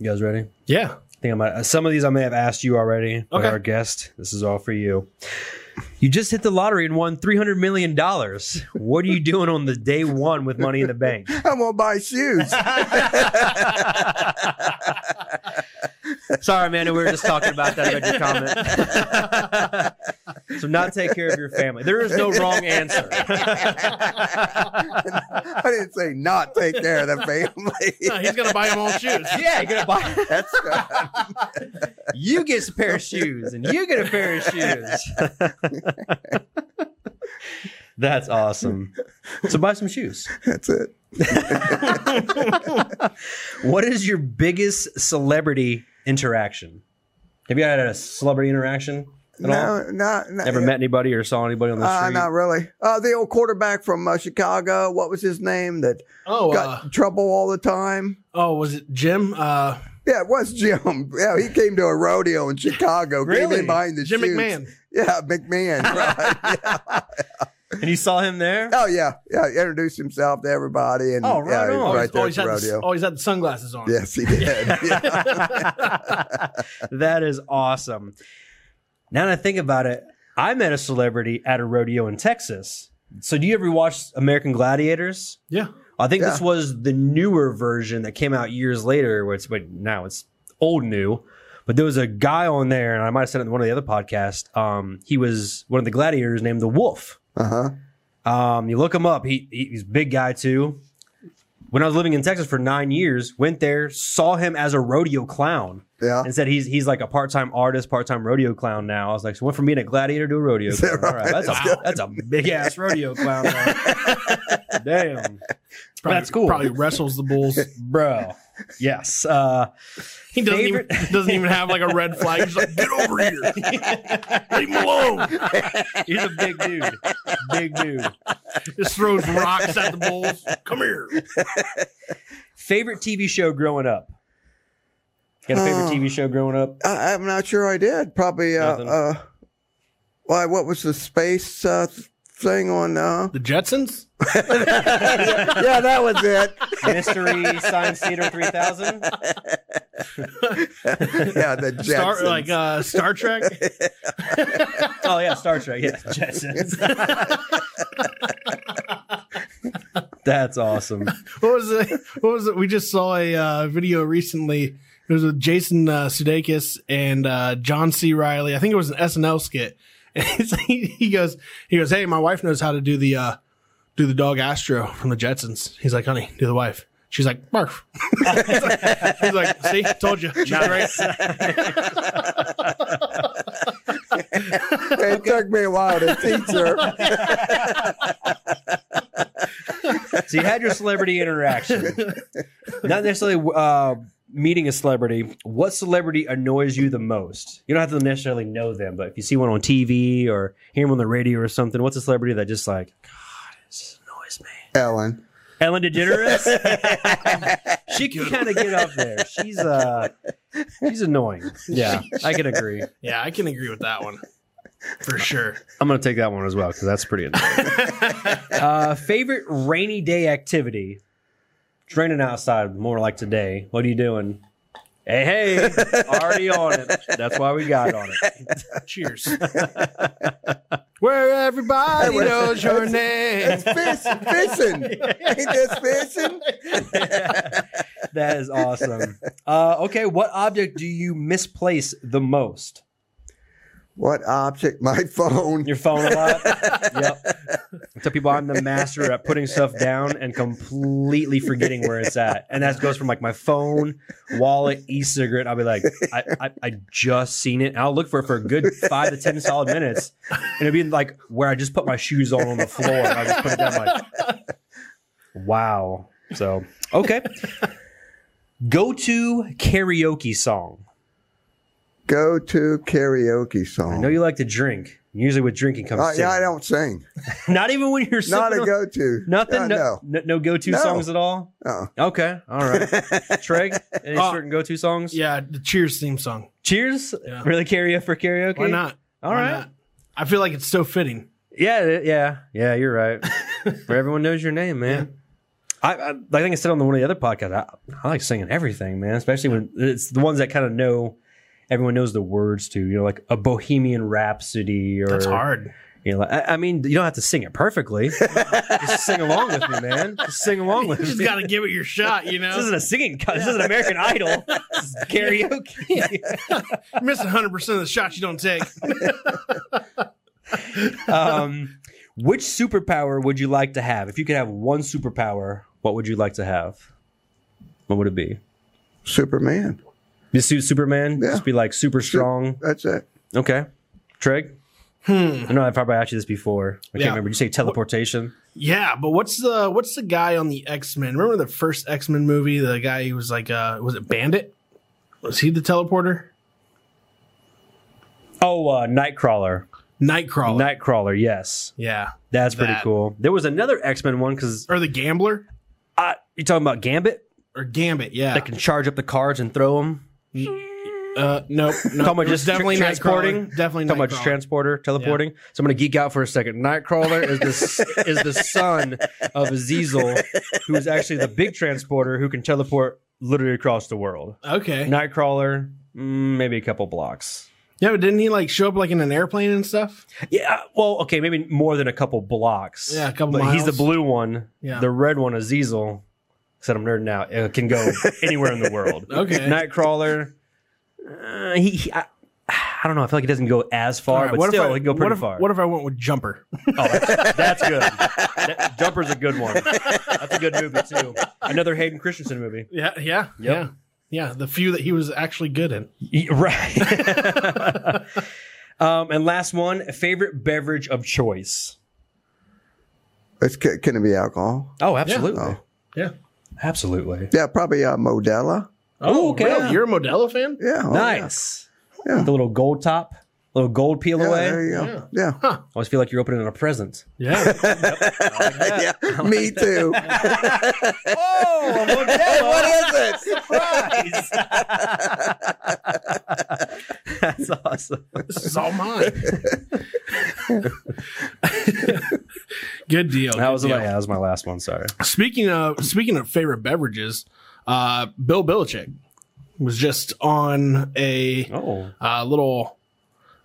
Speaker 2: You guys ready? I
Speaker 1: Yeah.
Speaker 2: think I might uh, some of these I may have asked you already, but
Speaker 1: Okay.
Speaker 2: our guest, this is all for you. You just hit the lottery and won three hundred million dollars. What are you doing on the day one with money in the bank?
Speaker 3: I'm gonna buy shoes.
Speaker 2: Sorry, Amanda, we were just talking about that about your comment. so not take care of your family. There is no wrong answer.
Speaker 3: I didn't say not take care of the family.
Speaker 1: He's gonna buy them all shoes.
Speaker 2: yeah, you're gonna buy
Speaker 3: That's uh,
Speaker 2: you get a pair of shoes and you get a pair of shoes. That's awesome. So buy some shoes.
Speaker 3: that's it.
Speaker 2: What is your biggest celebrity interaction? Have you had a celebrity interaction at all?
Speaker 3: No, not, not
Speaker 2: Ever met anybody or saw anybody on the
Speaker 3: Uh,
Speaker 2: street?
Speaker 3: not really. Uh, the old quarterback from uh, Chicago. What was his name? That
Speaker 1: Oh, uh,
Speaker 3: got in trouble all the time.
Speaker 1: oh, was it Jim? Uh,
Speaker 3: Yeah, it was Jim. Yeah, he came to a rodeo in Chicago. Came
Speaker 2: Really?
Speaker 3: in behind the
Speaker 1: Jim
Speaker 3: chutes.
Speaker 1: McMahon.
Speaker 3: Yeah, McMahon. Right.
Speaker 2: and you saw him there?
Speaker 3: Oh yeah, yeah. He introduced himself to everybody, and
Speaker 2: Oh, right
Speaker 3: yeah, he was
Speaker 2: on.
Speaker 3: right there at
Speaker 1: always,
Speaker 3: the
Speaker 1: had the,
Speaker 3: rodeo.
Speaker 1: always had the sunglasses on.
Speaker 3: Yes, he did. Yeah.
Speaker 2: that is awesome. Now that I think about it, I met a celebrity at a rodeo in Texas. So, do you ever watch American Gladiators?
Speaker 1: Yeah.
Speaker 2: I think
Speaker 3: Yeah.
Speaker 2: this was the newer version that came out years later, where it's but now it's old new. But there was a guy on there, and I might have said it in one of the other podcasts. Um, he was one of the gladiators named the Wolf.
Speaker 3: Uh huh.
Speaker 2: Um, you look him up. He, he- he's a big guy too. when I was living in Texas for nine years, went there, saw him as a rodeo clown,
Speaker 3: Yeah.
Speaker 2: and said he's he's like a part time artist, part time rodeo clown now. I was like, so went from being a gladiator to a rodeo.
Speaker 3: Is that
Speaker 2: Clown. All right,
Speaker 3: right?
Speaker 2: that's a that's a big ass rodeo clown. now. Damn,
Speaker 1: Probably-
Speaker 2: That's cool.
Speaker 1: Probably wrestles the bulls.
Speaker 2: bro. Yes. Uh,
Speaker 1: He doesn't even doesn't even have like a red flag. He's like, get over here, leave him alone.
Speaker 2: He's a big dude. Big dude.
Speaker 1: Just throws rocks at the bulls. Come here.
Speaker 2: Favorite TV show growing up? Got a favorite
Speaker 3: Oh.
Speaker 2: TV show growing up?
Speaker 3: I, I'm not sure I did. Probably. Uh,
Speaker 2: Nothing.
Speaker 3: uh, why? What was the space uh, thing on? Uh,
Speaker 1: The Jetsons.
Speaker 3: yeah, that was it.
Speaker 2: Mystery Science Theater 3000?
Speaker 3: yeah, the Jetsons.
Speaker 1: Star like uh, Star Trek.
Speaker 2: Oh, yeah, Star Trek. Yeah, Jetsons. That's awesome.
Speaker 1: What was it? What was it? We just saw a uh, video recently. It was with Jason uh, Sudeikis and uh, John C. Riley. I think it was an SNL skit. And it's- he he goes, he goes, hey, my wife knows how to do the uh, do the dog Astro from the Jetsons. He's like, honey, do the wife. She's like, barf. He's like, see, told you. She's right.
Speaker 3: it took me a while to teach her.
Speaker 2: So you had your celebrity interaction. Not necessarily uh, meeting a celebrity. What celebrity annoys you the most? You don't have to necessarily know them, but if you see one on TV or hear them on the radio or something, what's a celebrity that just like, God, this annoys me?
Speaker 3: Ellen.
Speaker 2: Ellen DeGeneres. she can kind of get up there. She's uh, she's annoying. Yeah, I can agree.
Speaker 1: Yeah, I can agree with that one for sure.
Speaker 2: I'm gonna take that one as well because that's pretty annoying. uh, favorite rainy day activity? It's raining outside, more like today. What are you doing? Hey, hey, already on it. That's why we got on it.
Speaker 1: Cheers. Where everybody knows your name.
Speaker 3: It's fish, fishing. Ain't this fishing?
Speaker 2: That is awesome. Uh, okay, what object do you misplace the most?
Speaker 3: What object? My phone.
Speaker 2: your phone a lot. yep. I tell people I'm the master at putting stuff down and completely forgetting where it's at, and that goes from like my phone, wallet, e-cigarette. I'll be like, I, I, I just seen it. And I'll look for it for a good five to ten solid minutes, and it'll be like where I just put my shoes on on the floor. And I just put it down. Like, wow. So okay. Go to karaoke song.
Speaker 3: Go to karaoke song.
Speaker 2: I know you like to drink. Usually, with drinking comes.
Speaker 3: Uh, yeah, I
Speaker 2: singing.
Speaker 3: don't sing.
Speaker 2: Not even when you're
Speaker 3: Not
Speaker 2: sipping
Speaker 3: a
Speaker 2: on-
Speaker 3: go to.
Speaker 2: Nothing.
Speaker 3: Uh,
Speaker 2: no,
Speaker 3: no.
Speaker 2: no, no go-to
Speaker 3: No.
Speaker 2: songs at all.
Speaker 3: Uh-uh.
Speaker 2: Okay. All right. Treg, any
Speaker 1: Uh,
Speaker 2: certain go-to songs?
Speaker 1: Yeah, the Cheers theme song.
Speaker 2: Cheers.
Speaker 1: Yeah.
Speaker 2: Really karaoke for karaoke?
Speaker 1: Why not?
Speaker 2: All
Speaker 1: Why
Speaker 2: right.
Speaker 1: not? I feel like it's so fitting.
Speaker 2: Yeah. it- Yeah. Yeah. You're right. Where everyone knows your name, man. I, I, I think I said on the one of the other podcasts, I, I like singing everything, man. Especially when it's the ones that kind of know everyone knows the words to. You know, like a Bohemian Rhapsody or
Speaker 1: That's hard.
Speaker 2: You know, like, I, I mean, you don't have to sing it perfectly. Just sing along with me, man. Just sing along
Speaker 1: You
Speaker 2: with
Speaker 1: just
Speaker 2: me.
Speaker 1: got to give it your shot, you
Speaker 2: This
Speaker 1: know.
Speaker 2: isn't a singing contest. This isn't American Idol. This is karaoke.
Speaker 1: You're missing 100 percent of the shots you don't take.
Speaker 2: um, which superpower would you like to have? If you could have one superpower, what would you like to have? What would it be?
Speaker 3: Superman.
Speaker 2: Be su- Superman?
Speaker 3: Yeah.
Speaker 2: Just be like super strong.
Speaker 3: That's it.
Speaker 2: Okay. Treg? Hmm. I know I've probably asked you this before. I
Speaker 1: Yeah.
Speaker 2: can't remember. Did you say teleportation?
Speaker 1: Yeah, but what's the what's the guy on the X Men? Remember the first X Men movie? The guy who was like, uh, was it Bandit? Was he the teleporter?
Speaker 2: Oh, uh, Nightcrawler.
Speaker 1: Nightcrawler.
Speaker 2: Nightcrawler, yes.
Speaker 1: yeah,
Speaker 2: That's pretty
Speaker 1: Oh. That.
Speaker 2: cool. There was another X Men one because
Speaker 1: or the Gambler
Speaker 2: you're talking about Gambit
Speaker 1: or Gambit. Yeah.
Speaker 2: that can charge up the cards and throw them.
Speaker 1: uh, nope. No,
Speaker 2: Talking about
Speaker 1: it was
Speaker 2: just tra-
Speaker 1: definitely
Speaker 2: transporting?
Speaker 1: Nightcrawler. Definitely
Speaker 2: Talking about just
Speaker 1: Nightcrawler.
Speaker 2: transporter, teleporting. So I'm gonna geek out for a second. Nightcrawler is the is the son of Azazel, who is actually the big transporter who can teleport literally across the world.
Speaker 1: Okay.
Speaker 2: Nightcrawler, mm, maybe a couple blocks.
Speaker 1: Yeah, but didn't he like show up like in an airplane and stuff?
Speaker 2: Yeah, well, okay, maybe more than a couple blocks.
Speaker 1: Yeah, a couple
Speaker 2: But He's the
Speaker 1: miles.
Speaker 2: blue one.
Speaker 1: Yeah.
Speaker 2: The red one, Azazel. Said I'm nerding out. It can go anywhere in the world.
Speaker 1: Okay.
Speaker 2: Nightcrawler. Uh, he. he I, I don't know. I feel like it doesn't go as
Speaker 1: All
Speaker 2: far,
Speaker 1: right,
Speaker 2: but
Speaker 1: what if
Speaker 2: still,
Speaker 1: I-
Speaker 2: it can go pretty
Speaker 1: what if,
Speaker 2: far.
Speaker 1: What if I went with Jumper?
Speaker 2: Oh, that's, that's good. That, jumper's a good one. That's a good movie too. Another Hayden Christensen movie.
Speaker 1: Yeah, yeah, yeah, yeah. The few that he was actually good in.
Speaker 2: Right. um, and last one, favorite beverage of choice.
Speaker 3: It's, can, can it be alcohol?
Speaker 2: Oh, absolutely.
Speaker 3: Oh.
Speaker 1: Yeah.
Speaker 2: Absolutely.
Speaker 3: Yeah, probably uh, Modella.
Speaker 2: Oh, okay.
Speaker 1: Really? You're a Modelo fan?
Speaker 3: Yeah. oh,
Speaker 2: Nice.
Speaker 3: Yeah.
Speaker 2: The little gold top, little gold peel
Speaker 3: Yeah,
Speaker 2: away.
Speaker 3: there you go.
Speaker 1: Yeah.
Speaker 3: Yeah.
Speaker 2: I always feel like you're opening a present.
Speaker 1: Yeah.
Speaker 3: yeah, me too.
Speaker 2: Oh,
Speaker 3: hey, what is it?
Speaker 2: surprise! That's awesome.
Speaker 1: this is all mine. good deal.
Speaker 2: That
Speaker 1: good
Speaker 2: was,
Speaker 1: deal.
Speaker 2: my, yeah, that was my last one. Sorry.
Speaker 1: Speaking of speaking of favorite beverages, uh, Bill Belichick was just on a
Speaker 2: Oh,
Speaker 1: uh, little.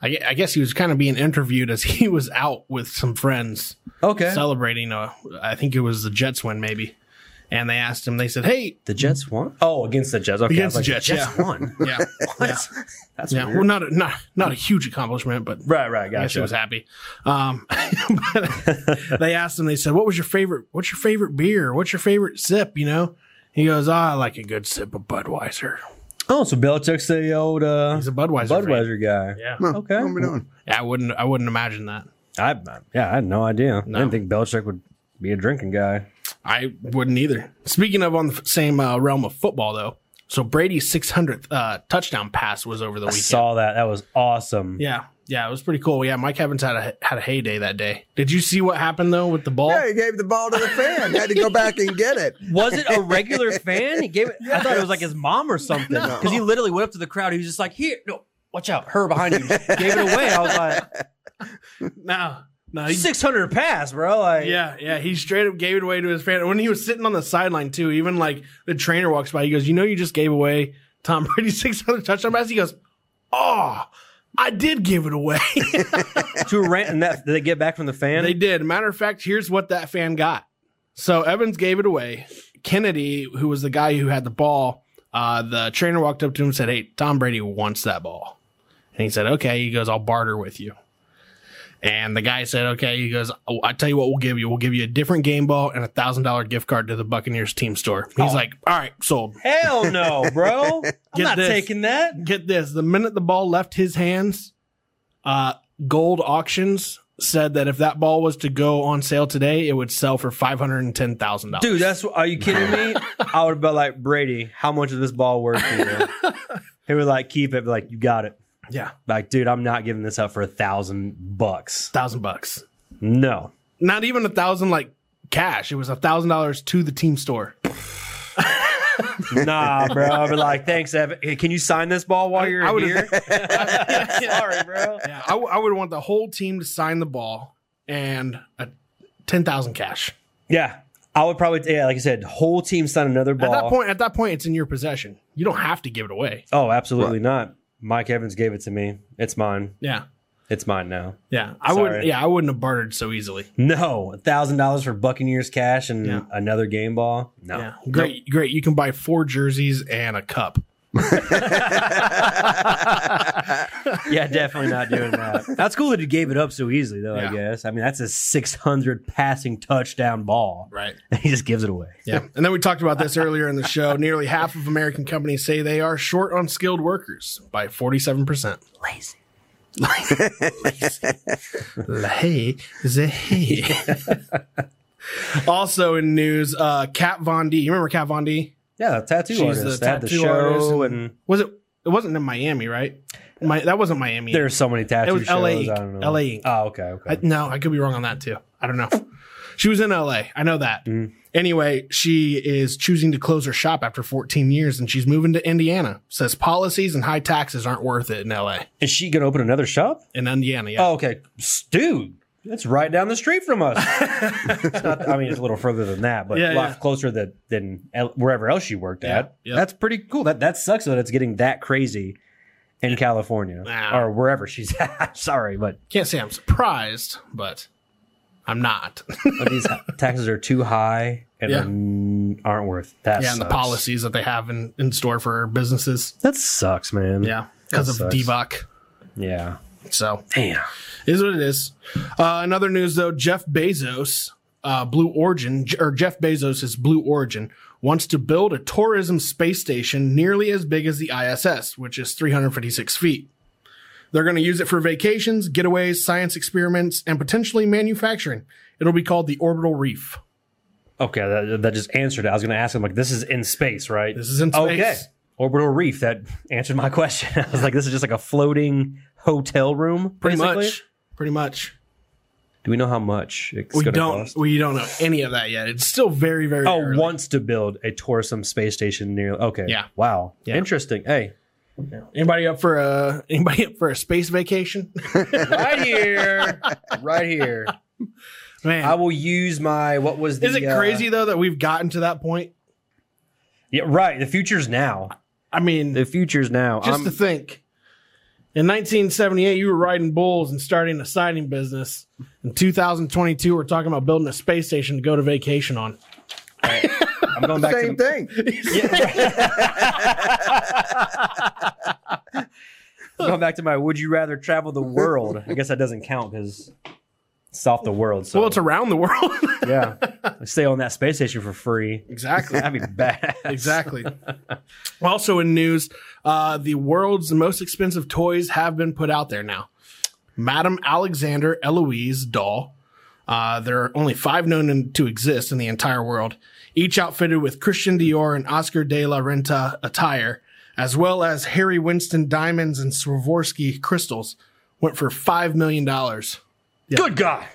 Speaker 1: I, gue- I guess he was kind of being interviewed as he was out with some friends
Speaker 2: okay.
Speaker 1: celebrating. Uh, I think it was the Jets win, maybe. And they asked him. They said, "Hey,
Speaker 2: the Jets won. Oh, against the Jets. Okay,
Speaker 1: Against
Speaker 2: I was
Speaker 1: the
Speaker 2: like,
Speaker 1: Jets, yeah.
Speaker 2: won.
Speaker 1: yeah,
Speaker 2: What? That's
Speaker 1: yeah.
Speaker 2: weird.
Speaker 1: Well, not a, not not a huge accomplishment, but
Speaker 2: right, right.
Speaker 1: I guess he
Speaker 2: Gotcha.
Speaker 1: was happy. Um, but they asked him, they said, What was your favorite? What's your favorite beer? What's your favorite sip? You know? He goes, "Ah, I like a good sip of Budweiser.
Speaker 2: oh, so Belichick's the old uh,
Speaker 1: He's a Budweiser. Fan.
Speaker 2: Budweiser guy.
Speaker 1: Yeah.
Speaker 3: Huh,
Speaker 2: Okay.
Speaker 3: What are we doing?
Speaker 1: yeah. I wouldn't I wouldn't imagine that.
Speaker 2: I yeah, I had no idea.
Speaker 1: No.
Speaker 2: I didn't think Belichick would be a drinking guy.
Speaker 1: I wouldn't either. Speaking of on the f- same uh, realm of football though, so Brady's six hundredth uh, touchdown pass was over the
Speaker 2: I
Speaker 1: weekend.
Speaker 2: saw that. That was awesome.
Speaker 1: yeah. Yeah, it was pretty cool. Yeah, Mike Evans had a had a heyday that day. Did you see what happened though with the ball?
Speaker 3: Yeah, he gave the ball to the fan. Had to go back and get it.
Speaker 4: Was it a regular fan? He gave it. I thought it was like his mom or something. Because he literally went up to the crowd. He was just like, "Here, no, watch out, her behind you." Just gave it away. I was like,
Speaker 1: No, no, he-
Speaker 4: six hundred pass, bro. Like,
Speaker 1: Yeah, yeah. He straight up gave it away to his fan. When he was sitting on the sideline too, even like the trainer walks by, he goes, "You know, you just gave away Tom Brady's 600 touchdown pass." He goes, "Oh, I did give it away."
Speaker 2: Two rant and that did they get back from the fan?
Speaker 1: they did. Matter of fact, here's what that fan got. So Evans gave it away. Kennedy, who was the guy who had the ball, uh, the trainer walked up to him and said, "Hey, Tom Brady wants that ball," and he said, "Okay." He goes, "I'll barter with you." And the guy said, "Okay." He goes, "Oh, "I tell you what, we'll give you. We'll give you a different game ball and a thousand dollar gift card to the Buccaneers team store." He's like, "All right, sold."
Speaker 2: Hell no, bro. I'm
Speaker 1: Get
Speaker 2: not
Speaker 1: this.
Speaker 2: taking that.
Speaker 1: Get this: the minute the ball left his hands, uh, Gold Auctions said that if that ball was to go on sale today, it would sell for five hundred and ten thousand dollars.
Speaker 2: Dude, that's are you kidding me? I would have been like, Brady, how much is this ball worth to you? he would like keep it, be like, you got it.
Speaker 1: yeah,
Speaker 2: Like, dude, I'm not giving this up for a thousand bucks.
Speaker 1: thousand bucks.
Speaker 2: No.
Speaker 1: Not even a thousand like cash. It was a thousand dollars to the team store.
Speaker 2: Nah, bro. I'd be like, thanks, Evan. Hey, Can you sign this ball while you're
Speaker 1: I would've-
Speaker 2: here? Sorry, bro.
Speaker 1: Yeah, I, w- I would want the whole team to sign the ball and a ten thousand cash.
Speaker 2: Yeah. I would probably yeah, like I said, whole team sign another ball.
Speaker 1: At that point, at that point, it's in your possession. You don't have to give it away.
Speaker 2: oh, absolutely not. Mike Evans gave it to me. It's mine.
Speaker 1: Yeah,
Speaker 2: It's mine now.
Speaker 1: yeah. I
Speaker 2: Sorry.
Speaker 1: wouldn't. Yeah, I wouldn't have bartered so easily.
Speaker 2: No, a thousand dollars for Buccaneers cash and
Speaker 1: Yeah.
Speaker 2: another game ball. No,
Speaker 1: Yeah, great, great. You can buy four jerseys and a cup.
Speaker 2: yeah, definitely not doing that. That's cool that he gave it up so easily, though.
Speaker 1: Yeah.
Speaker 2: I guess. I mean, that's a 600 passing touchdown ball.
Speaker 1: Right.
Speaker 2: He just gives it away.
Speaker 1: Yeah. And then we talked about this earlier in the show. Nearly half of American companies say they are short on skilled workers by 47%.
Speaker 4: lazy.
Speaker 1: Lazy. also in news, uh, Kat Von D. You remember Kat Von D?
Speaker 2: Yeah, the tattoo
Speaker 1: She's
Speaker 2: artist.
Speaker 1: the
Speaker 2: They had
Speaker 1: tattoo
Speaker 2: the
Speaker 1: artist
Speaker 2: show,
Speaker 1: and-
Speaker 2: and,
Speaker 1: Was it? It wasn't in Miami, right? My, that wasn't Miami.
Speaker 2: there's so many tattoo
Speaker 1: It was
Speaker 2: shows.
Speaker 1: LA
Speaker 2: I
Speaker 1: Inc.
Speaker 2: don't know.
Speaker 1: LA Inc.
Speaker 2: Oh, okay, okay.
Speaker 1: I, no, I could be wrong on that too. I don't know. She was in LA. I know that.
Speaker 2: Mm.
Speaker 1: Anyway, she is choosing to close her shop after 14 years and she's moving to Indiana. Says policies and high taxes aren't worth it in LA.
Speaker 2: Is she gonna open another shop?
Speaker 1: In Indiana, yeah.
Speaker 2: Oh, okay, S- dude. That's right down the street from us. It's not- I mean, it's a little further than that, but
Speaker 1: Yeah,
Speaker 2: a lot
Speaker 1: yeah.
Speaker 2: closer than, than el- wherever else she worked at.
Speaker 1: yeah.
Speaker 2: That's pretty cool. That that sucks that it's getting that crazy in California
Speaker 1: Wow.
Speaker 2: or wherever she's at. Sorry, but
Speaker 1: Can't say I'm surprised, but I'm not.
Speaker 2: but these taxes are too high and
Speaker 1: Yeah.
Speaker 2: um, aren't worth that.
Speaker 1: yeah, and the
Speaker 2: sucks.
Speaker 1: policies that they have in, in store for businesses.
Speaker 2: that sucks, man.
Speaker 1: Yeah. Because of
Speaker 2: That sucks.
Speaker 1: DVOC.
Speaker 2: yeah.
Speaker 1: So
Speaker 2: Damn.
Speaker 1: is what it is. Uh, in other news, though, Jeff Bezos uh, Blue Origin, J- or Jeff Bezos' Blue Origin, wants to build a tourism space station nearly as big as the ISS, which is 356 feet. They're going to use it for vacations, getaways, science experiments, and potentially manufacturing. It'll be called the Orbital Reef.
Speaker 2: Okay, that, that just answered it. I was going to ask him like, this is in space, right?
Speaker 1: This is in space.
Speaker 2: Okay, orbital reef. That answered my question. I was like, this is just like a floating hotel room,
Speaker 1: Pretty
Speaker 2: basically?
Speaker 1: much. Pretty much.
Speaker 2: Do we know how much it's
Speaker 1: We
Speaker 2: going to
Speaker 1: don't
Speaker 2: cost?
Speaker 1: we don't know any of that yet. It's still very very
Speaker 2: oh,
Speaker 1: early.
Speaker 2: wants to build a tourism space station near. Okay,
Speaker 1: Yeah.
Speaker 2: wow,
Speaker 1: Yeah.
Speaker 2: interesting. Hey,
Speaker 1: Anybody up for a anybody up for a space vacation?
Speaker 2: right here, right here.
Speaker 1: Man,
Speaker 2: I will use my. What was the?
Speaker 1: is it
Speaker 2: uh,
Speaker 1: crazy though that we've gotten to that point?
Speaker 2: Yeah, right. The future's now.
Speaker 1: I mean,
Speaker 2: The future's now.
Speaker 1: just
Speaker 2: I'm-
Speaker 1: to think. In 1978, you were riding bulls and starting a siding business. In 2022, we're talking about building a space station to go to vacation on.
Speaker 2: I'm going back
Speaker 3: Same
Speaker 2: to
Speaker 3: thing.
Speaker 2: I'm going back to my. Would you rather travel the world? I guess that doesn't count because it's off the world. So
Speaker 1: Well, it's around the world.
Speaker 2: yeah, stay on that space station for free.
Speaker 1: exactly.
Speaker 2: That'd be bad.
Speaker 1: Exactly. also in news, uh, the world's most expensive toys have been put out there now. Madame Alexander Eloise doll. Uh, there are only five known in- to exist in the entire world, each outfitted with Christian Dior and Oscar de la Renta attire, as well as Harry Winston diamonds and Swarovski crystals, went for $5 million.
Speaker 2: Good God.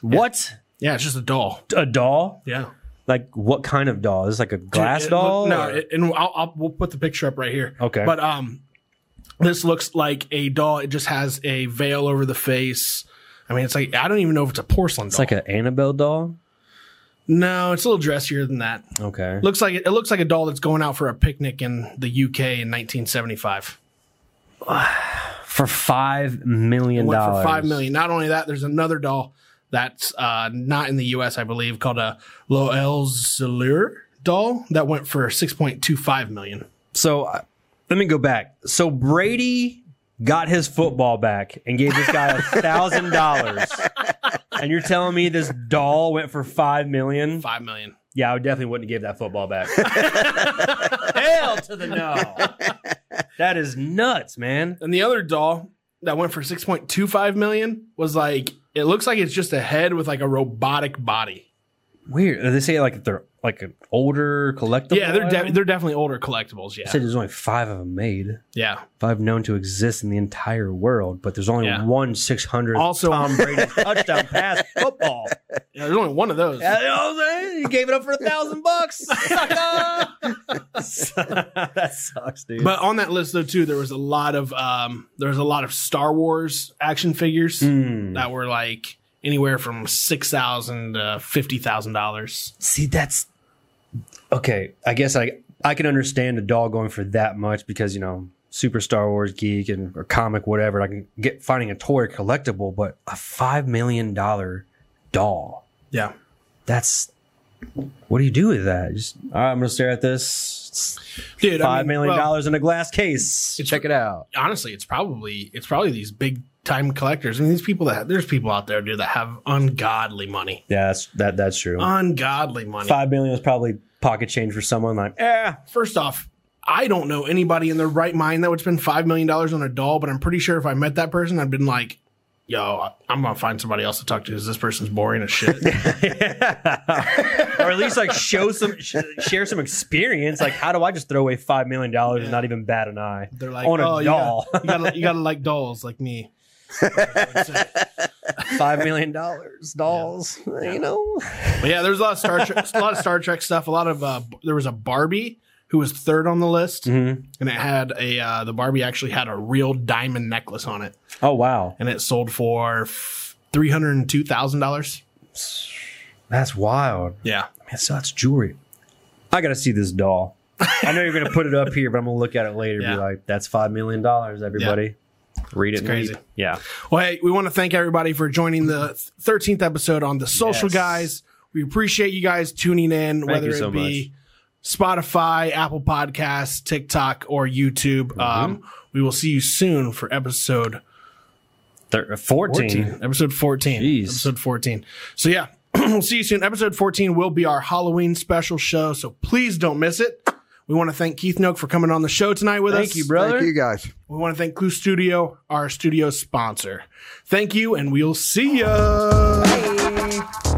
Speaker 2: What
Speaker 1: Yeah, it's just a doll.
Speaker 2: a doll?
Speaker 1: Yeah.
Speaker 2: Like what kind of doll? Is this like a glass
Speaker 1: It- it
Speaker 2: doll?
Speaker 1: look- no,
Speaker 2: or-
Speaker 1: it- and I'll, I'll we'll put the picture up right here.
Speaker 2: Okay.
Speaker 1: but um, this looks like a doll. It just has a veil over the face. I mean, it's like I don't even know if it's a porcelain
Speaker 2: it's
Speaker 1: doll.
Speaker 2: like an Annabelle doll.
Speaker 1: no, it's a little dressier than that.
Speaker 2: Okay.
Speaker 1: Looks like it, it looks like a doll that's going out for a picnic in the UK in 1975.
Speaker 2: For five million
Speaker 1: Went for
Speaker 2: dollars.
Speaker 1: five million. Not only that, there's another doll that's uh, not in the US, I believe, called a Loel Zellure doll that went for 6.25 million.
Speaker 2: So uh, let me go back. So Brady got his football back and gave this guy a thousand dollars. And you're telling me this doll went for five million?
Speaker 1: Five million.
Speaker 2: Yeah, I definitely wouldn't give that football back. Hell to the no. That is nuts, man.
Speaker 1: And the other doll that went for 6.25 million was like it looks like it's just a head with like a robotic body.
Speaker 2: Weird. They say like they're like an older collectible.
Speaker 1: Yeah, they're de-
Speaker 2: item?
Speaker 1: they're definitely older collectibles,
Speaker 2: They
Speaker 1: yeah.
Speaker 2: said there's only five of them made,
Speaker 1: Yeah.
Speaker 2: five known to exist in the entire world, but there's only
Speaker 1: Yeah.
Speaker 2: one six hundred
Speaker 1: Also-
Speaker 2: Tom Brady touchdown pass football.
Speaker 1: Yeah, There's only one of those.
Speaker 2: You know what I'm saying? You gave it up for a thousand bucks. sucker. that sucks, dude.
Speaker 1: But on that list though too, there was a lot of um there was a lot of Star Wars action figures
Speaker 2: Hmm.
Speaker 1: that were like anywhere from 6,000 to $50,000.
Speaker 2: See, that's okay. I guess I I can understand a doll going for that much because you know super Star Wars geek and or comic whatever. I can get finding a toy or collectible, but a five million dollar doll.
Speaker 1: Yeah.
Speaker 2: That's what do you do with that? Just all right, I'm gonna stare at this.
Speaker 1: Dude, I
Speaker 2: Five
Speaker 1: mean,
Speaker 2: million
Speaker 1: well,
Speaker 2: dollars in a glass case. Check it out.
Speaker 1: honestly, it's probably it's probably these big time collectors. I mean, these people that there's people out there dude that have ungodly money.
Speaker 2: Yeah, that's that. That's true.
Speaker 1: Ungodly money.
Speaker 2: Five million was probably pocket change for someone. Like, eh,
Speaker 1: first off, I don't know anybody in their right mind that would spend five million dollars on a doll, but I'm pretty sure if I met that person, I'd been like, "Yo, I'm gonna find somebody else to talk to because this person's boring as shit."
Speaker 2: or at least like show some, sh- share some experience. Like, how do I just throw away five million dollars and not even bat an eye?
Speaker 1: They're like,
Speaker 2: On a
Speaker 1: "Oh, you
Speaker 2: doll."
Speaker 1: gotta- You gotta, you gotta, like dolls, like me.
Speaker 2: Five million dollars, dolls. You know,
Speaker 1: But yeah, there's a lot of Star Trek, a lot of Star Trek stuff. A lot of uh, there was a Barbie who was third on the list,
Speaker 2: Mm-hmm.
Speaker 1: and it had a uh, the Barbie actually had a real diamond necklace on it,
Speaker 2: oh wow,
Speaker 1: and it sold for three hundred two thousand dollars.
Speaker 2: that's wild.
Speaker 1: Yeah,
Speaker 2: Man, so that's jewelry. I gotta see this doll. I know you're gonna put it up here, but I'm gonna look at it later.
Speaker 1: Yeah.
Speaker 2: and Be like, that's five million dollars, everybody. Read it. and
Speaker 1: crazy.
Speaker 2: eat. Yeah.
Speaker 1: Well, hey, we want to thank everybody for joining the 13th episode on The Social
Speaker 2: Yes.
Speaker 1: Guys. We appreciate you guys tuning in, whether
Speaker 2: you
Speaker 1: it
Speaker 2: so
Speaker 1: be Spotify, Apple Podcasts, TikTok, or YouTube.
Speaker 2: Mm-hmm.
Speaker 1: Um, we will see you soon for episode
Speaker 2: Thir- 14.
Speaker 1: 14. Episode 14.
Speaker 2: Jeez.
Speaker 1: Episode 14. So, yeah, we'll see you soon. Episode 14 will be our Halloween special show, so please don't miss it. We want to thank Keith Noak for coming on the show tonight with us.
Speaker 2: Thank you, brother.
Speaker 3: Thank you guys.
Speaker 1: We want to thank Clue Studio, our studio sponsor. Thank you, and we'll see ya.